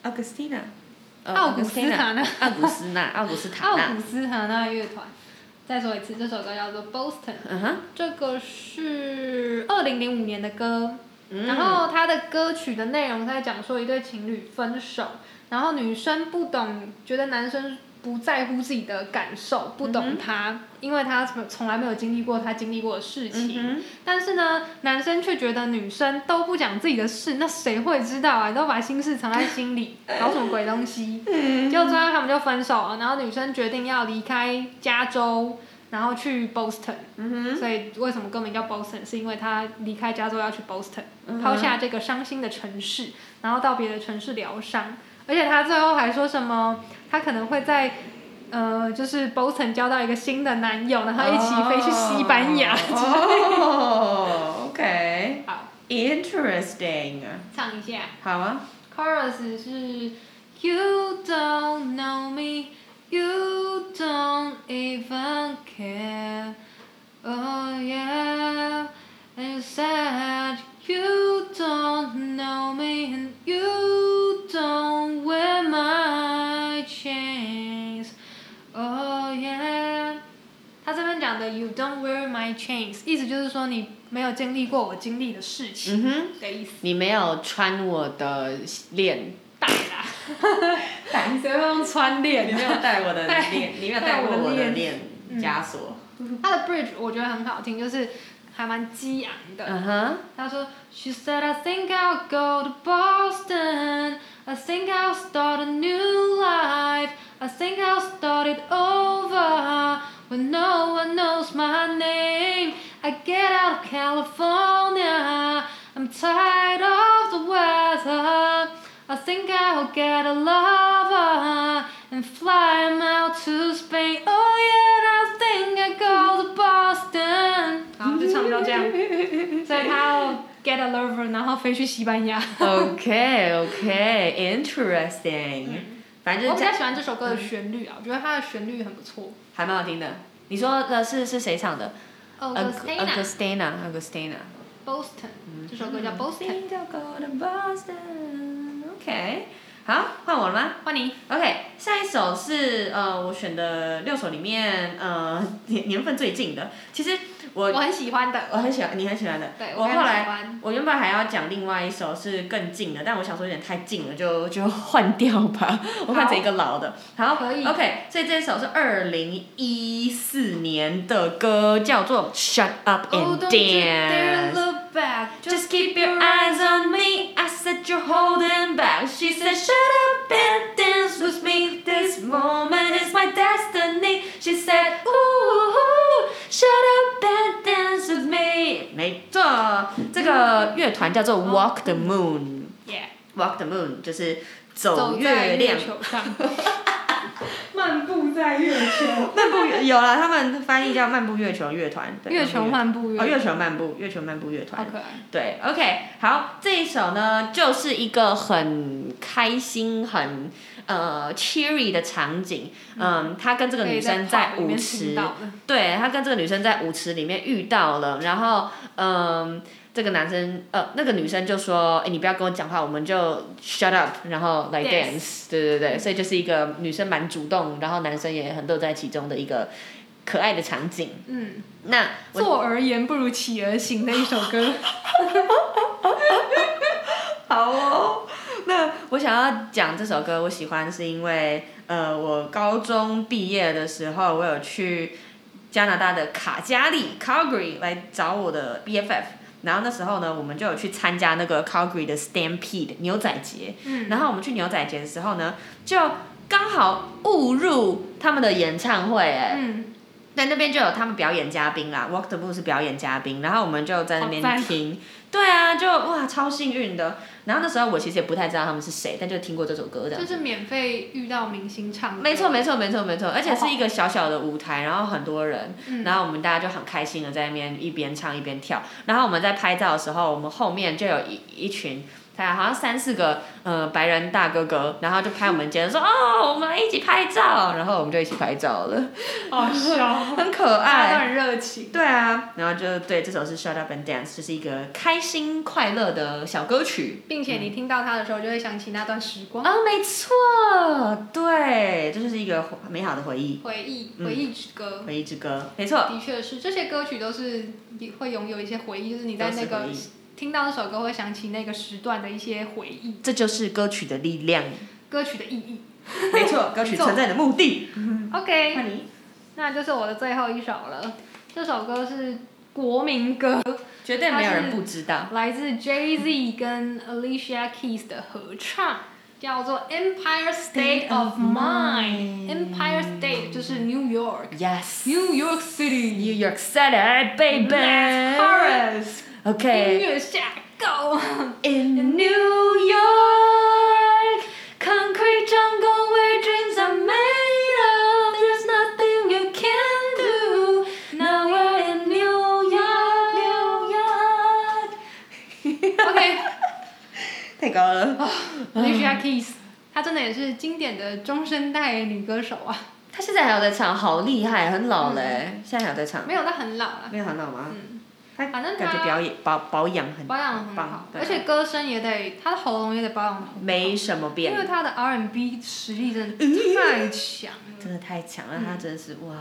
Speaker 3: Augustina。呃
Speaker 2: 奥古斯塔纳
Speaker 3: Augustina 嗯奥古斯 (laughs) 纳，奥古斯塔
Speaker 2: 奥
Speaker 3: 纳
Speaker 2: 古。斯塔纳乐团。再说一次，这首歌叫做 Boston。
Speaker 3: 嗯哼。
Speaker 2: 这个是二零零五年的歌，
Speaker 3: 嗯
Speaker 2: 然后他的歌曲的内容在讲说一对情侣分手，然后女生不懂，觉得男生不在乎自己的感受，不懂他，因为他从从来没有经历过他经历过的事
Speaker 3: 嗯
Speaker 2: 情。
Speaker 3: 哼
Speaker 2: 但是呢，男生却觉得女生都不讲自己的事，那谁会知道啊？你都把心事藏在心里，
Speaker 3: 嗯
Speaker 2: 搞什么鬼东西？结果最后他们就分手了，然后女生决定要离开加州，然后去 Boston。
Speaker 3: 嗯哼
Speaker 2: 所以为什么歌名叫 Boston，是因为他离开加州要去 Boston，
Speaker 3: 嗯哼
Speaker 2: 抛下这个伤心的城市，然后到别的城市疗伤。而且他最后还说什么，他可能会在，呃，就是 Boston 交到一个新的男友，然后一起飞去西班牙。
Speaker 3: 哦，OK，interesting。
Speaker 2: 好，唱
Speaker 3: Interesting
Speaker 2: 一下。
Speaker 3: 好啊。
Speaker 2: Chorus 是 You don't know me, you don't even care. Oh yeah, and you said you don't know me and you don't wear my chains. Oh yeah. 他这边讲的 “You don't wear my chains” 意思就是说你没有经历过我经历的事情
Speaker 3: 嗯哼，
Speaker 2: 的意思。
Speaker 3: 你没有穿我的链，
Speaker 2: 带啦， (laughs) 带谁会用穿链？没有带。
Speaker 3: 带我的链，你没有带过 (laughs) 我的链嗯枷锁。
Speaker 2: 他的 bridge 我觉得很好听，就是还蛮激昂的。
Speaker 3: 嗯哼，
Speaker 2: 他说，She said I think I'll go to Boston, I think I'll start a new life, I think I'll start it over when no one knows my name. I get out of California, I'm tired of the weather. I think I'll get a lover and fly him out to Spain. Oh yeah, I think I go to Boston. (laughs) 好，就唱到这样。所以他要 get a lover，然后飞去西班牙。
Speaker 3: OK OK，interesting，反正
Speaker 2: 我比
Speaker 3: 就是
Speaker 2: 较
Speaker 3: 这
Speaker 2: 喜欢这首歌的旋律啊，我觉得它的旋律很不错。
Speaker 3: 还蛮好听的。你说的是是谁唱的
Speaker 2: a u g u s t i n a
Speaker 3: ？Augustina，Augustina。
Speaker 2: Boston，这首歌叫 Boston。
Speaker 3: Think I'll go to Boston。OK，好，换我了吗？
Speaker 2: 欢迎
Speaker 3: OK，下一首是呃我选的六首里面呃年年份最近的。其实我
Speaker 2: 我很喜欢的，
Speaker 3: 我很喜欢，你很喜欢的。
Speaker 2: 对
Speaker 3: 我
Speaker 2: 我
Speaker 3: 后
Speaker 2: 很喜
Speaker 3: 来
Speaker 2: 欢。
Speaker 3: 我原本还要讲另外一首是更近的，但我想说有点太近了，就 (laughs) 就换掉吧。我换成一个老的。好，
Speaker 2: 可以
Speaker 3: OK，所以这首是二零一四年的歌，叫做《Shut Up
Speaker 2: Oh,
Speaker 3: and
Speaker 2: don't you dare
Speaker 3: Dance》。
Speaker 2: look back, just
Speaker 3: Just keep your eyes on me. I said you're holding back. She said, Shut up and dance with me. This moment is my destiny. She said, Ooh, shut up and dance with me. 没错，这个乐团叫做 Walk the Moon。
Speaker 2: yeah，
Speaker 3: Walk the Moon 就是
Speaker 2: 走
Speaker 3: 走
Speaker 2: 在
Speaker 3: 月
Speaker 2: (laughs)
Speaker 3: 亮。
Speaker 2: 球上，漫步在
Speaker 5: 在月球。
Speaker 3: 漫步有啦，他们翻译叫漫步月球乐团，对
Speaker 2: (laughs) 月球漫步乐，
Speaker 3: 哦，月球漫步，月球漫步乐
Speaker 2: 好
Speaker 3: 团，
Speaker 2: 可爱。
Speaker 3: 对，OK，好，这一首呢就是一个很开心、很呃 cheery 的场景，嗯，他跟这个
Speaker 2: 可以
Speaker 3: 女生
Speaker 2: 在
Speaker 3: 在
Speaker 2: pub 里
Speaker 3: 舞
Speaker 2: 面
Speaker 3: 池
Speaker 2: 听，到的
Speaker 3: 对他跟这个女生在舞池里面遇到了，然后嗯，这个男生呃，那个女生就说：“哎，你不要跟我讲话，我们就 shut up，然后来
Speaker 2: Dance
Speaker 3: dance。”对对对，所以就是一个女生蛮主动，然后男生也很乐在其中的一个可爱的场景。
Speaker 2: (laughs) 嗯，
Speaker 3: 那我
Speaker 2: 坐而言不如起而行的一首 (laughs) 歌。
Speaker 3: 好哦， (laughs) 那我想要讲这首歌，我喜欢是因为呃，我高中毕业的时候，我有去加拿大的卡加利 （Calgary） 来找我的 BFF。然后那时候呢，我们就有去参加那个 Calgary 的 Stampede 牛仔节。
Speaker 2: 嗯
Speaker 3: 然后我们去牛仔节的时候呢，就刚好误入他们的演唱会，哎、
Speaker 2: 嗯，
Speaker 3: 在那边就有他们表演嘉宾啦，Walk the Blue 是表演嘉宾，然后我们就在那
Speaker 2: 好
Speaker 3: 边
Speaker 2: 赞
Speaker 3: 听，对啊，就哇超幸运的。然后那时候我其实也不太知道他们是谁，但就听过这首歌的
Speaker 2: 就。是免费遇到明星唱歌。
Speaker 3: 没错，没错，没错，没错，而且是一个小小的舞台，然后很多人，
Speaker 2: 嗯
Speaker 3: 然后我们大家就很开心的在那边一边唱一边跳。然后我们在拍照的时候，我们后面就有一一群，大概好像三四个呃白人大哥哥，然后就拍我们肩说哦，我们一起拍照，然后我们就一起拍照了，
Speaker 2: 哦
Speaker 5: 好笑。
Speaker 3: 很可
Speaker 2: 大
Speaker 3: 爱
Speaker 2: 家。都很热情。
Speaker 3: 对啊，然后就对这首是 Shut Up and Dance，就是一个开心快乐的小歌曲。
Speaker 2: 并且你听到它的时候，就会想起那段时光，
Speaker 3: 啊，没错，对，这就是一个美好的回忆，
Speaker 2: 回忆，
Speaker 3: 嗯
Speaker 2: 回忆之歌。
Speaker 3: 回忆之歌，没错，
Speaker 2: 的确是，这些歌曲都是你会拥有一些回忆，就是你在
Speaker 3: 都是
Speaker 2: 那个
Speaker 3: 回忆
Speaker 2: 听到那首歌会想起那个时段的一些回忆，
Speaker 3: 这就是歌曲的力
Speaker 2: (laughs)
Speaker 3: 量。
Speaker 2: 歌曲的意义。
Speaker 3: 没错，歌曲存在的目的。
Speaker 2: OK，
Speaker 3: 嗯那你
Speaker 2: 那就是我的最后一首了。这首歌是国民歌，
Speaker 3: 绝对没有人不知道。
Speaker 2: 来自 Jay Z 跟 Alicia Keys 的合唱，叫做《Empire State of Mind》。Empire State 就是 New York，New
Speaker 3: Yes,
Speaker 2: York City。
Speaker 3: New York City, baby.
Speaker 2: Paris，音
Speaker 3: OK,
Speaker 2: 乐下 (laughs) go。
Speaker 3: in New York, concrete jungle where dreams are made of. There's nothing you can do. Now we're in New York, New York.
Speaker 2: OK，
Speaker 3: 太高了，
Speaker 2: Alicia Keys，她真的也是经典的中生代女歌手啊，
Speaker 3: 他现在还有在唱，好厉害，很老嘞，现在还有在唱，
Speaker 2: 没有，她很老啊，
Speaker 3: 没有很老吗？
Speaker 2: 嗯，
Speaker 3: 他
Speaker 2: 反正
Speaker 3: 感觉
Speaker 2: 他
Speaker 3: 表演保保养很
Speaker 2: 保养很
Speaker 3: 棒
Speaker 2: 好，，
Speaker 3: 对
Speaker 2: 而且歌声也得，她的喉咙也得保养得很好，
Speaker 3: 没什么
Speaker 2: 因为
Speaker 3: 变，
Speaker 2: 她的 R&B 实力真的太强了。
Speaker 3: 真的太强了，他真的是哇。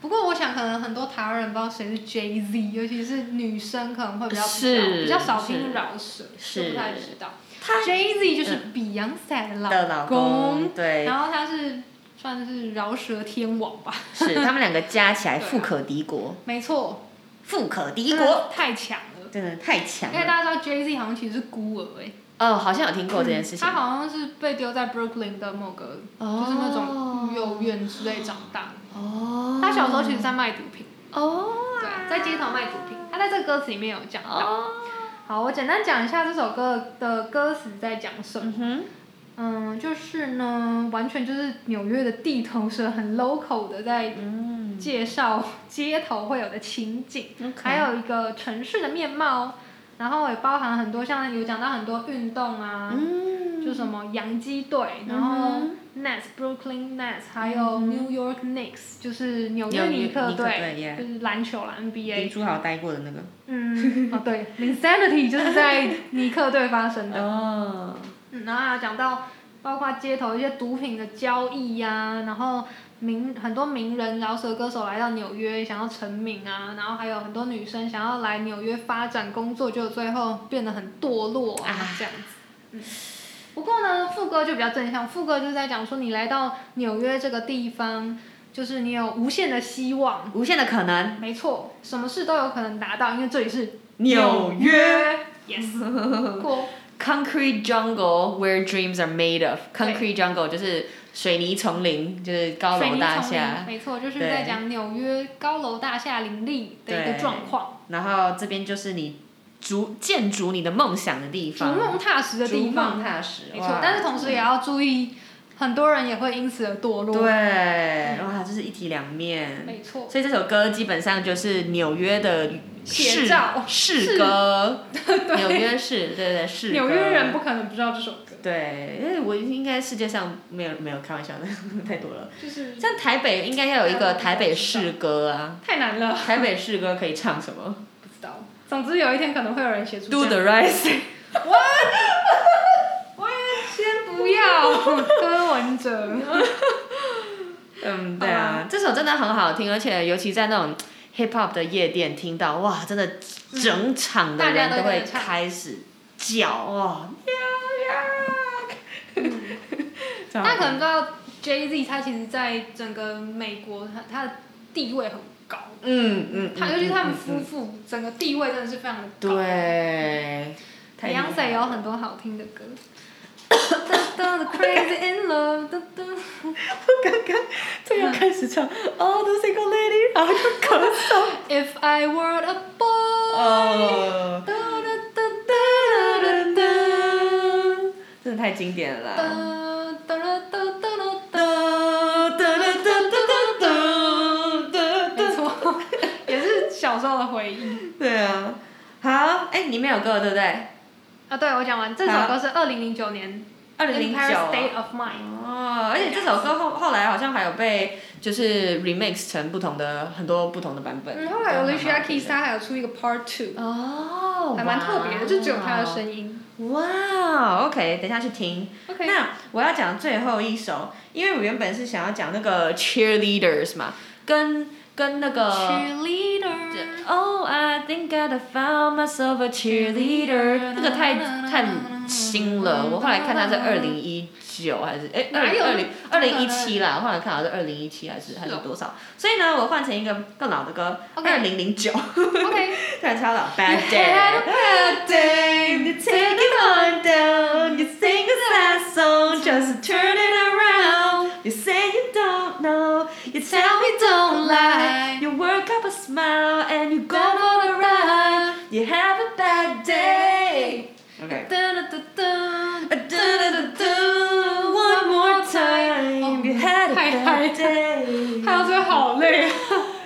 Speaker 2: 不过我想，可能很多台湾人不知道谁是 Jay Z，尤其是女生可能会比较少
Speaker 3: 是
Speaker 2: 比较少
Speaker 3: 是
Speaker 2: 听饶舌，
Speaker 3: 是
Speaker 2: 就不太知道。
Speaker 3: 他
Speaker 2: Jay Z 就是 Beyonce
Speaker 3: 的嗯老公，对，
Speaker 2: 然后他是算是饶舌天王吧，
Speaker 3: 是他们两个加起来
Speaker 2: 对啊
Speaker 3: 富可敌国，
Speaker 2: 没错，
Speaker 3: 富可敌
Speaker 2: 真的
Speaker 3: 国，
Speaker 2: 是太强了。
Speaker 3: 真的太强
Speaker 2: 因为
Speaker 3: 了。
Speaker 2: 大家知道 Jay Z 好像其实是孤儿哎、
Speaker 3: 哦，好像有听过这件事情
Speaker 2: 他。好像是被丢在 Brooklyn 的某个、
Speaker 3: 哦
Speaker 2: 就是那种幼儿园之类长大的。
Speaker 3: 哦，
Speaker 2: 他小时候其实在卖毒品，
Speaker 3: 哦，
Speaker 2: 对啊，在街头卖毒品。他在这个歌词里面有讲到。
Speaker 3: 哦，
Speaker 2: 好，我简单讲一下这首歌的歌词在讲什么
Speaker 3: 嗯。哼，
Speaker 2: 嗯，就是呢，完全就是纽约的地头蛇，很 local 的在
Speaker 3: 嗯
Speaker 2: 介绍街头会有的情景，
Speaker 3: ，OK，
Speaker 2: 还有一个城市的面貌，然后也包含很多像有讲到很多运动啊，
Speaker 3: 嗯，
Speaker 2: 就什么洋基队，然后 Nets、Brooklyn Nets，还有 New York Knicks，就是纽约
Speaker 3: 嗯纽约
Speaker 2: 尼克
Speaker 3: 尼克队
Speaker 2: 队
Speaker 3: ，yeah，
Speaker 2: 就是篮球啦 NBA。
Speaker 3: 朱豪待过的那个。
Speaker 2: (laughs) 嗯，哦对，Insanity 就是在尼克队发生的。
Speaker 3: 哦，
Speaker 2: 嗯，然后还有讲到包括街头一些毒品的交易呀、然后名很多名人饶舌歌手来到纽约想要成名啊，然后还有很多女生想要来纽约发展工作，就最后变得很堕落啊
Speaker 3: 啊
Speaker 2: 这样子。嗯，不过呢，副歌就比较正向，副歌就是在讲说你来到纽约这个地方，就是你有无限的希望。
Speaker 3: 无限的可能，
Speaker 2: 没错，什么事都有可能达到，因为这里是
Speaker 3: 纽约。
Speaker 2: ，yes，过
Speaker 3: Concrete jungle where dreams are made of. Concrete jungle 就是水泥丛林，就是 (laughs) 高
Speaker 2: 水
Speaker 3: 楼
Speaker 2: 泥
Speaker 3: 大
Speaker 2: 丛林
Speaker 3: 厦。
Speaker 2: 没错，就是
Speaker 3: 对
Speaker 2: 在讲纽约高楼大厦林立的一个
Speaker 3: 对
Speaker 2: 状况，
Speaker 3: 然后这边就是你筑建筑你的梦想的地
Speaker 2: 逐
Speaker 3: 方，
Speaker 2: 梦踏实的地
Speaker 3: 逐梦
Speaker 2: 方，
Speaker 3: 踏实。
Speaker 2: 没错
Speaker 3: 哇。
Speaker 2: 但是同时也要注意很多人也会因此而堕落。
Speaker 3: 对，哇，这是一体两面。
Speaker 2: 没错，
Speaker 3: 所以这首歌基本上就是纽约的
Speaker 2: 写
Speaker 3: 市
Speaker 2: 照
Speaker 3: 市
Speaker 2: 是
Speaker 3: 歌，纽约市，对对对，市
Speaker 2: 纽
Speaker 3: 歌
Speaker 2: 约人不可能不知道这首歌，
Speaker 3: 对，因为我应该世界上没有没有开玩笑的 (laughs) 太多了。
Speaker 2: 就是
Speaker 3: 像台北应该要有一个台北市歌啊，
Speaker 2: 太难了，
Speaker 3: 台北市歌可以唱什么
Speaker 2: 不知道。总之有一天可能会有人写出这
Speaker 3: ？Do
Speaker 2: 样
Speaker 3: the right thing。
Speaker 2: 先不要，柯文
Speaker 3: (laughs)
Speaker 2: 哲。
Speaker 3: 嗯，对啊，这首真的很好听，而且尤其在那种 hip hop 的夜店听到，哇，真的整场的
Speaker 2: 大家
Speaker 3: 人
Speaker 2: 都
Speaker 3: 都
Speaker 2: 跟
Speaker 3: 会
Speaker 2: 着唱
Speaker 3: 开始叫哦， (laughs) 嗯呀呀，
Speaker 2: 大家可能知道 Jay Z 他其实在整个美国他他的地位很高，
Speaker 3: 嗯嗯，
Speaker 2: 他
Speaker 3: 嗯
Speaker 2: 尤其他们
Speaker 3: 嗯
Speaker 2: 夫
Speaker 3: 嗯
Speaker 2: 妇整个地位真的是非常的高。
Speaker 3: 对，太厉害
Speaker 2: Beyonce 有很多好听的歌。哒哒，The Crazy in Love，哒哒，
Speaker 3: 刚刚这又开始唱 All the single lady，然后就咳嗽。
Speaker 2: If I were a boy，
Speaker 3: (laughs) 哦，
Speaker 2: 哒哒哒哒哒哒
Speaker 3: (laughs) 真的太经典了啦。
Speaker 2: 哒哒哒哒哒哒
Speaker 3: 哒哒哒哒哒哒哒
Speaker 2: 没错，也是小时候的回忆。
Speaker 3: 对啊，好，哎，里面有歌对不对？
Speaker 2: 啊，对，我讲完这首歌是二零零九年
Speaker 3: 二
Speaker 2: 《
Speaker 3: 零
Speaker 2: In
Speaker 3: 零
Speaker 2: Paris State
Speaker 3: 九。啊
Speaker 2: of Mind》，
Speaker 3: 哦，而且这首歌后后来好像还有被就是 remix 成不同的很多不同的版本。
Speaker 2: 嗯，后来 Alicia
Speaker 3: 都
Speaker 2: Keys
Speaker 3: 蛮好听的
Speaker 2: 她还有出一个 Part Two，
Speaker 3: 哦，
Speaker 2: 还蛮特别的，就只有她的
Speaker 3: 音。
Speaker 2: 声音。
Speaker 3: 哇，OK，等一下去听。
Speaker 2: OK，
Speaker 3: 那我要讲最后一首，因为我原本是想要讲那个 cheerleaders 嘛，跟跟那个。
Speaker 2: Cheerleader，
Speaker 3: Oh, I think I found myself a cheerleader。那个 (laughs) 太太新了，我后来看它是二零一九还是哎二
Speaker 2: 哪有
Speaker 3: 零二零二零一七 (laughs) 啦，我后来看好像是二零一七还是还是多少，所以呢，我换成一个更老的歌，
Speaker 2: OK
Speaker 3: 二零零九，
Speaker 2: OK，
Speaker 3: (laughs) 突然超老，Bad
Speaker 2: had
Speaker 3: Day
Speaker 2: a。
Speaker 3: Bad day, you take it on down. You sing a sad song, just turn it around. You say you don't know, you tell me don't lie. You work up a smile and you go on a ride. You have a bad day. Okay.
Speaker 2: 哒哒哒哒，
Speaker 3: Da-da-da-da, One more time, you had a bad day.
Speaker 2: 还有这个好累。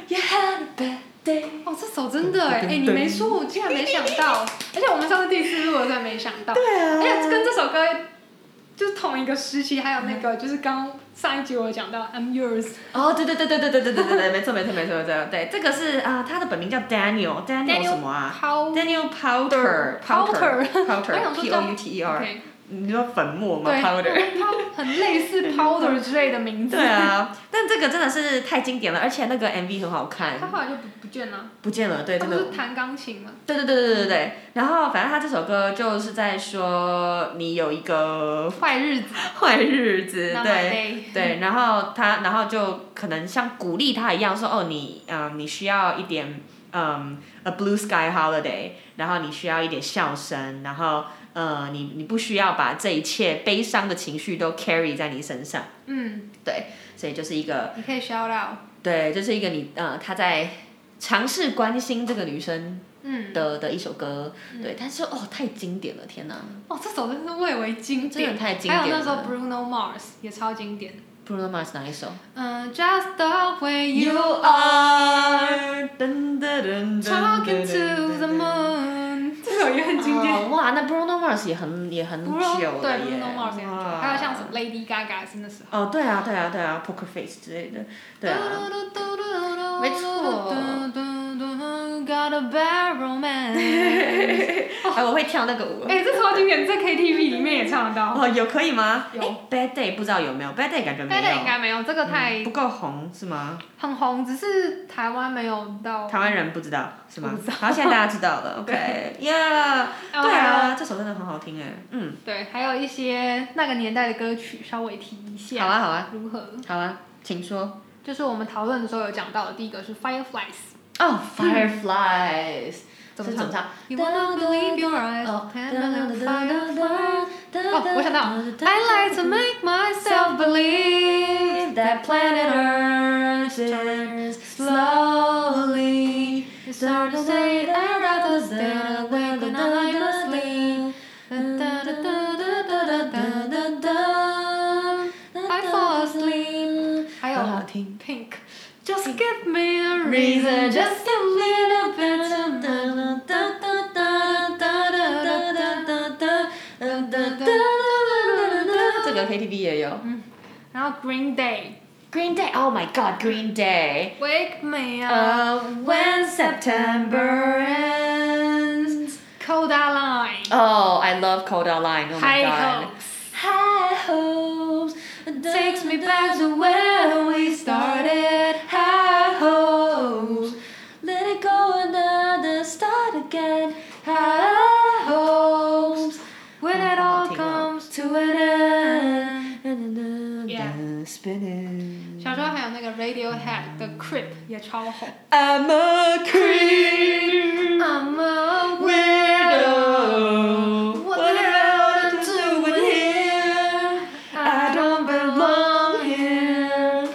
Speaker 3: You had a bad day.
Speaker 2: 哦，这首真的哎，哎，你没说，我竟然没想到，而且我们上次第一次录，我真的没想到。
Speaker 3: 对啊
Speaker 2: 而且跟这首歌就是同一个时期，还有那个就是刚上一集我有讲到 I'm Yours。
Speaker 3: 哦，对对对对对对对对对 (laughs) 对，没错没错没错没错，对，这个是啊，他的本名叫 Daniel Daniel 什么啊
Speaker 2: How
Speaker 3: ？Daniel Powder
Speaker 2: Powder我
Speaker 3: (laughs)
Speaker 2: 想
Speaker 3: Powder
Speaker 2: 说
Speaker 3: P
Speaker 2: 叫
Speaker 3: O U T E R，
Speaker 2: OK
Speaker 3: 你说粉末吗
Speaker 2: 对
Speaker 3: ？Powder。
Speaker 2: powder 很类似 powder 之类的名字。
Speaker 3: (laughs) 对，啊，但这个真的是太经典了，而且那个 MV 很好看
Speaker 2: 他，后来就不不见了。
Speaker 3: 不见了，对，
Speaker 2: 他
Speaker 3: 真
Speaker 2: 不
Speaker 3: 的
Speaker 2: 是弹钢琴吗？
Speaker 3: 对对对对对对，然后反正他这首歌就是在说你有一个
Speaker 2: 坏日子，
Speaker 3: (laughs) 坏日子，
Speaker 2: 那
Speaker 3: 对
Speaker 2: my，day
Speaker 3: 对，然后他，然后就可能像鼓励他一样说，哦，你，嗯，你需要一点，嗯，a blue sky holiday，然后你需要一点笑声，然后，呃，你你不需要把这一切悲伤的情绪都 carry 在你身上，
Speaker 2: 嗯，
Speaker 3: 对，所以就是一个，
Speaker 2: 你可以 shout out，
Speaker 3: 对，就是一个你，呃，他在尝试关心这个女生
Speaker 2: 嗯，
Speaker 3: 的的一首歌，对，但是哦，太经典了，天哪
Speaker 2: 哦，这首真是蔚为经
Speaker 3: 真
Speaker 2: 典，
Speaker 3: 的太经典
Speaker 2: 还有那时候
Speaker 3: 了
Speaker 2: Bruno Mars 也超经典，
Speaker 3: ，Bruno Mars 哪一首？
Speaker 2: 嗯，Just the way you
Speaker 3: are talking
Speaker 2: talking to the moon，这 (laughs) 首也很经典。
Speaker 3: 哦哇，那 Bruno Mars 也很也很久
Speaker 2: Bruno 对
Speaker 3: 了
Speaker 2: Bruno
Speaker 3: 耶。
Speaker 2: Mars 也很久
Speaker 3: 哇
Speaker 2: 还有像是 Lady Gaga 是那时候，
Speaker 3: 哦，对啊，对啊，对啊，Poker Face 之类的，对
Speaker 2: 哦
Speaker 3: 啊。没错
Speaker 2: ，Got a bad
Speaker 3: (laughs)
Speaker 2: romance。
Speaker 3: 哎，我会跳那个舞。
Speaker 2: 哎、这超经典，在 KTV 里面也唱得到。
Speaker 3: 哦，有可以吗？
Speaker 2: 有
Speaker 3: 哎 Bad Day 不知道有没有？Bad Day 感觉没有。
Speaker 2: 但应该没有，这个太、
Speaker 3: 不够红是吗？
Speaker 2: 很红，只是台湾没有到。
Speaker 3: 台湾人不知道是吗
Speaker 2: 我不知？道哎
Speaker 3: 好，现在大家知道
Speaker 2: (laughs)
Speaker 3: 了。OK，yeah，对啊，这首真的很好听哎。嗯，
Speaker 2: 对，还有一些那个年代的歌曲，稍微提一下。
Speaker 3: 好啊，好啊，
Speaker 2: 如何？
Speaker 3: 好啊，请说。
Speaker 2: 就是我们讨论的时候有讲到的，第一个是 Fireflies。 (laughs)
Speaker 3: 哦，Fireflies，
Speaker 2: 怎
Speaker 3: 是
Speaker 2: 么
Speaker 3: 怎么
Speaker 2: 唱
Speaker 3: 唱？
Speaker 2: You won't believe your eyes, and the fireflies. 哦，我想到 I like to make myself believe that planet Earth turns slowly. It's hard to say that I was there when the night was late. Da da da da da da da da da. give me a
Speaker 1: Reason
Speaker 2: reason
Speaker 1: just a little bit. of-
Speaker 3: 这个 KTV 也有。
Speaker 2: 然后 Green Day
Speaker 3: Green Day，Oh my God，Green Day。
Speaker 2: Wake Me Up、
Speaker 3: 呃
Speaker 1: When September ends,
Speaker 2: Cold Line
Speaker 3: Oh, I love Cold Outline. Oh my
Speaker 2: High
Speaker 3: god.
Speaker 2: Hopes
Speaker 1: high hopes
Speaker 2: takes me back to where we started
Speaker 1: High hopes, let it go another start again. High hopes,
Speaker 2: when it
Speaker 3: 好
Speaker 2: all
Speaker 3: 好听哦
Speaker 2: comes to
Speaker 1: to an end.
Speaker 2: yeah
Speaker 3: Uh, spinning.
Speaker 2: 小时候还有那个 Radiohead 的 Creep 也超红。
Speaker 3: I'm a creep
Speaker 2: I'm a
Speaker 3: widow. What the hell am I doing here? I don't belong here.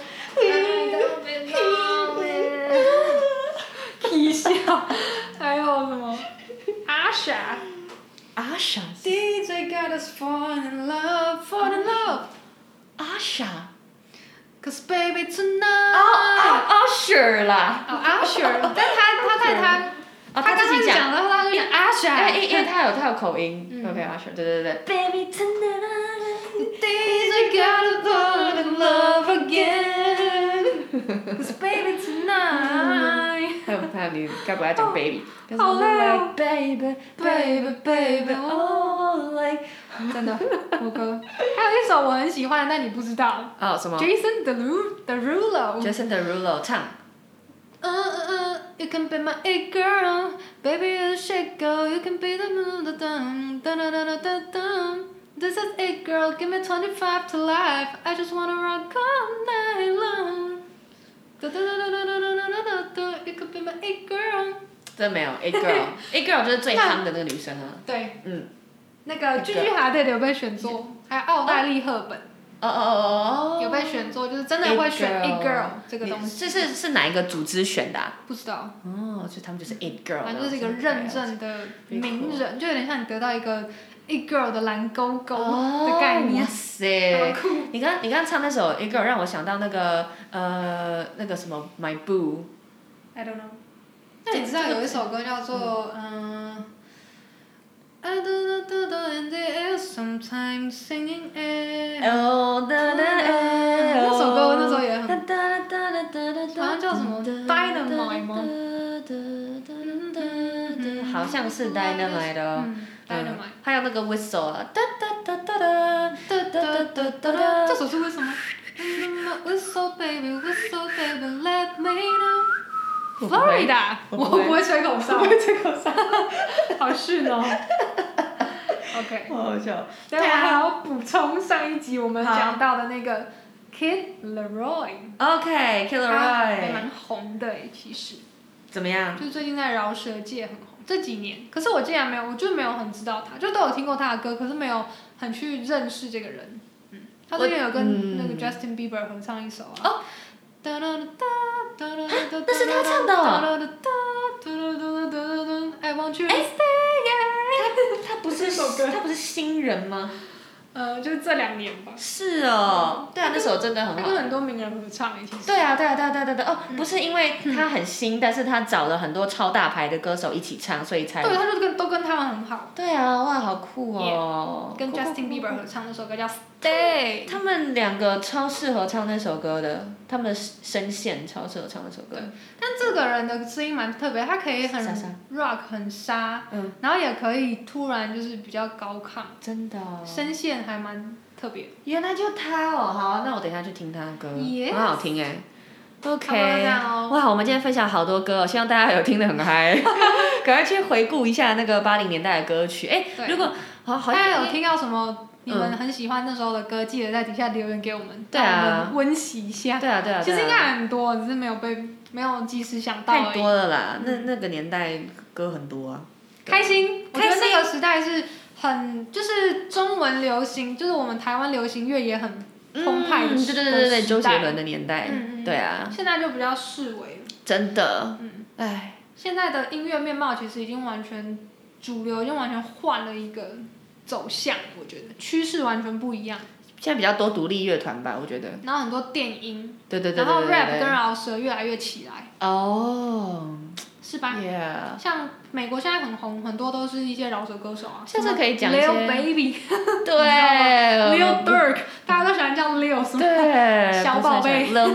Speaker 2: 皮笑，还有什么？阿傻。
Speaker 3: (laughs) Asha,
Speaker 2: DJ got us falling in love, falling in love.
Speaker 3: Asha.
Speaker 2: Cause baby
Speaker 3: Oh,
Speaker 2: tonight.
Speaker 3: oh, Usher 啦。
Speaker 2: 哦，阿雪，但他他在他
Speaker 3: 哦，
Speaker 2: 他刚
Speaker 3: 自
Speaker 2: 刚
Speaker 3: 己
Speaker 2: 讲
Speaker 3: 讲。
Speaker 2: 的话，他就讲阿傻。
Speaker 3: Oh, 哎，因因为他有他有口音。
Speaker 2: 嗯
Speaker 3: OK, Usher，对对对。
Speaker 1: Baby, tonight.
Speaker 2: DJ got us falling in love (laughs) again. Cause baby tonight.
Speaker 3: 还有还有，你该不会要讲 baby？
Speaker 2: 好累哦
Speaker 1: Like baby, baby,
Speaker 2: Baby, baby, oh.
Speaker 1: oh, like
Speaker 2: (laughs) 真的，我哥。还有一首我很喜欢，但你不知道。
Speaker 3: 哦，什么
Speaker 2: Jason Derulo Derulo。
Speaker 3: ？Jason Derulo 唱。
Speaker 2: Uh, uh, you can be my it girl, baby you're the shit girl, you can be the da dum da da da da da dum. This is it girl, give me twenty five to life. I just wanna rock all night long. Da da da da da da da da da da. You can be my it girl.
Speaker 3: 真没有
Speaker 2: (laughs)
Speaker 3: A girl A girl 就是最夯的那个女生啊。
Speaker 2: 对，
Speaker 3: 嗯。
Speaker 2: 那个居居哈队的有被选作，还有奥黛丽赫本
Speaker 3: 哦哦哦哦。
Speaker 2: 有被选作，就是真的会选
Speaker 3: It
Speaker 2: it girl 这个东西，
Speaker 3: 是是是哪一个组织选的、啊？
Speaker 2: 不知道。
Speaker 3: 哦，所以他们就是 It Girl。
Speaker 2: 反正就是一个认。证的名人，就有点像你得到一个一 girl 的蓝勾勾
Speaker 3: 哦。
Speaker 2: 的概念
Speaker 3: 哇，塞
Speaker 2: 好！酷。
Speaker 3: 你刚你刚唱那首《It Girl》让我想到那个呃那个什么 My Boo。
Speaker 2: I don't know。那你知道有一首歌叫做嗯？I do do do do in the air, sometimes singing air。
Speaker 3: 哦，那
Speaker 2: 那首歌我那时候也很，好像
Speaker 1: Dynamite
Speaker 2: 叫什么 Dynamite 吗？
Speaker 3: 好像是 Dynamite 的哦。
Speaker 2: 嗯，Dynamite。
Speaker 3: 还有那个 whistle 啊，哒哒哒哒哒。
Speaker 2: 哒哒哒哒哒，
Speaker 3: (laughs)
Speaker 2: 这首是为什么？Whistle baby, whistle baby, let me know。
Speaker 3: 我不会
Speaker 2: Florida，
Speaker 3: 我
Speaker 2: 我
Speaker 3: 不会
Speaker 2: 不会吹口哨。
Speaker 3: 这个啥？
Speaker 5: 好逊哦。
Speaker 2: OK，
Speaker 3: 好好笑。
Speaker 2: 对，我还要补充上一集我们讲到的那个 Kid Leroy，
Speaker 3: OK，Killer
Speaker 2: 他还蛮
Speaker 3: Roy，
Speaker 2: 红的诶，其实
Speaker 3: 怎么样？
Speaker 2: 就是最近在饶舌界很红，这几年。可是我竟然没有，我就没有很知道他，就都有听过他的歌，可是没有很去认识这个人。嗯，他最近有跟
Speaker 3: 嗯
Speaker 2: 那个 Justin Bieber 合唱一首啊。
Speaker 3: 哦
Speaker 2: 哒哒哒哒哒哒哒
Speaker 3: 那是他唱的
Speaker 2: 哒哒哒哒哒哒哒哒，I want you to stay yeah。
Speaker 3: 他不是他不是新人吗？
Speaker 2: 呃，就是这两年吧。
Speaker 3: 是哦，对啊，那首真的
Speaker 2: 他
Speaker 3: 很
Speaker 2: 跟
Speaker 3: 好。
Speaker 2: 很多名人合唱诶，其实。嗯
Speaker 3: 对啊，对啊，对啊，对啊，对啊对啊哦，不是因为他很新，但是他找了很多超大牌的歌手一起唱，所以才
Speaker 2: 对，他就跟都跟他们很好，
Speaker 3: 对啊，哇，好酷哦！
Speaker 2: 跟
Speaker 3: 酷酷
Speaker 2: Justin
Speaker 3: 酷
Speaker 2: Bieber 合唱那首歌叫《Stay》。
Speaker 3: 他们两个超适合唱那首歌的，他们的声线超适合唱那首歌。
Speaker 2: 但这个人的声音蛮特别，他可以很
Speaker 3: 沙沙
Speaker 2: rock 很沙，
Speaker 3: 嗯，
Speaker 2: 然后也可以突然就是比较高亢，
Speaker 3: 真的哦、
Speaker 2: 声线还蛮特别。
Speaker 3: 原来就他哦，好啊、那我等一下去听他的歌
Speaker 2: Yes
Speaker 3: 很好听哎、
Speaker 2: 差不多这
Speaker 3: OK，
Speaker 2: 样哦
Speaker 3: 哇，我们今天分享好多歌哦，希望大家有听得很
Speaker 2: (laughs)
Speaker 3: 嗨，赶快去回顾一下那个八零年代的歌曲。哎、
Speaker 2: 对
Speaker 3: 如果好好
Speaker 2: 大
Speaker 3: 像
Speaker 2: 家有听到什么你们很喜欢那时候的歌，记得在底下留言给我们，
Speaker 3: 对啊
Speaker 2: 让我们温习一下。
Speaker 3: 对啊对啊，
Speaker 2: 其
Speaker 3: 对啊
Speaker 2: 实应该很多，只是没有被没有及时想到
Speaker 3: 太
Speaker 2: 而已。嗯
Speaker 3: 多了啦，那那个年代歌很多啊。
Speaker 2: 开心，我觉得
Speaker 3: 开心
Speaker 2: 那个时代是很就是中文流行，就是我们台湾流行乐也很澎湃的
Speaker 3: 嗯
Speaker 2: 时、
Speaker 3: 对对对对对，
Speaker 2: 的时代
Speaker 3: 周杰伦的年代，
Speaker 2: 嗯嗯嗯
Speaker 3: 对啊，
Speaker 2: 现在就比较视为了，
Speaker 3: 真的，
Speaker 2: 嗯，
Speaker 3: 哎，
Speaker 2: 现在的音乐面貌其实已经完全主流，已经完全换了一个走向，我觉得趋势完全不一样。
Speaker 3: 现在比较多独立乐团吧，我觉得。
Speaker 2: 然后很多电音，
Speaker 3: 对对对对
Speaker 2: 嗯然后
Speaker 3: 对
Speaker 2: rap
Speaker 3: 对
Speaker 2: 跟
Speaker 3: 对。
Speaker 2: 饶舌越来越起来，
Speaker 3: 哦
Speaker 2: 是吧？ (laughs)
Speaker 3: ，Yeah，
Speaker 2: 像美国现在很红，很多都是一些饶舌歌手啊，
Speaker 3: 下次可以讲一些
Speaker 2: Lil Baby、Lil
Speaker 3: 对
Speaker 2: Durk，大家都喜欢叫 Lil 什么
Speaker 3: 对，
Speaker 2: 小宝贝
Speaker 3: l i l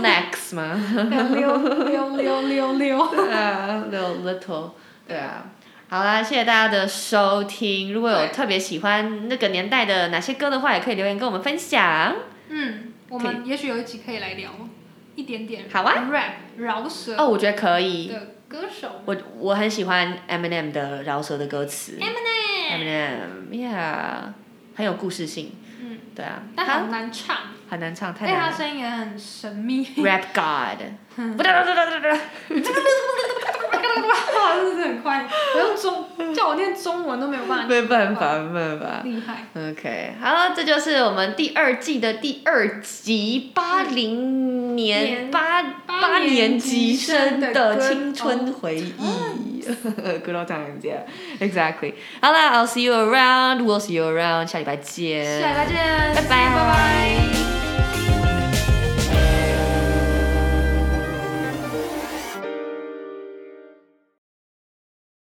Speaker 2: (laughs)
Speaker 3: Nex 吗？ (laughs)
Speaker 2: Lil Lil Lil Lil Lil。
Speaker 3: 对啊，Lil Little，对啊。好啦，谢谢大家的收听。如果有
Speaker 2: 对
Speaker 3: 特别喜欢那个年代的哪些歌的话，也可以留言跟我们分享。
Speaker 2: 嗯，我们也许有一集可以来聊哦一点点
Speaker 3: 好啊
Speaker 2: rap 饶舌
Speaker 3: 哦，我觉得可以。
Speaker 2: 的歌手。
Speaker 3: 我我很喜欢 Eminem 的饶舌的歌词。Eminem，Eminem，Yeah，很有故事性。
Speaker 2: 嗯，
Speaker 3: 对啊，
Speaker 2: 但很难唱，
Speaker 3: 很难唱，太
Speaker 2: 但他
Speaker 3: 难了。
Speaker 2: 声音也很神秘。 (laughs)
Speaker 3: Rap God，不哒哒哒哒哒 (laughs) 哒。
Speaker 2: 哇，真的是很快，我用中叫我念中文都没有办法，
Speaker 3: 没办法，没办法。
Speaker 2: 厉害。
Speaker 3: OK，好，这就是我们第二季的第二集，八零年
Speaker 2: 年
Speaker 3: 八
Speaker 2: 八
Speaker 3: 八年
Speaker 2: 年
Speaker 3: 级
Speaker 2: 级
Speaker 3: 生
Speaker 2: 生
Speaker 3: 的
Speaker 2: 的
Speaker 3: 青春回忆。Good (laughs) old times, yeah, exactly. 好啦，I'll see you around. We'll see you around. 下礼拜见。
Speaker 2: 下礼拜见，
Speaker 3: 拜拜
Speaker 2: 拜拜。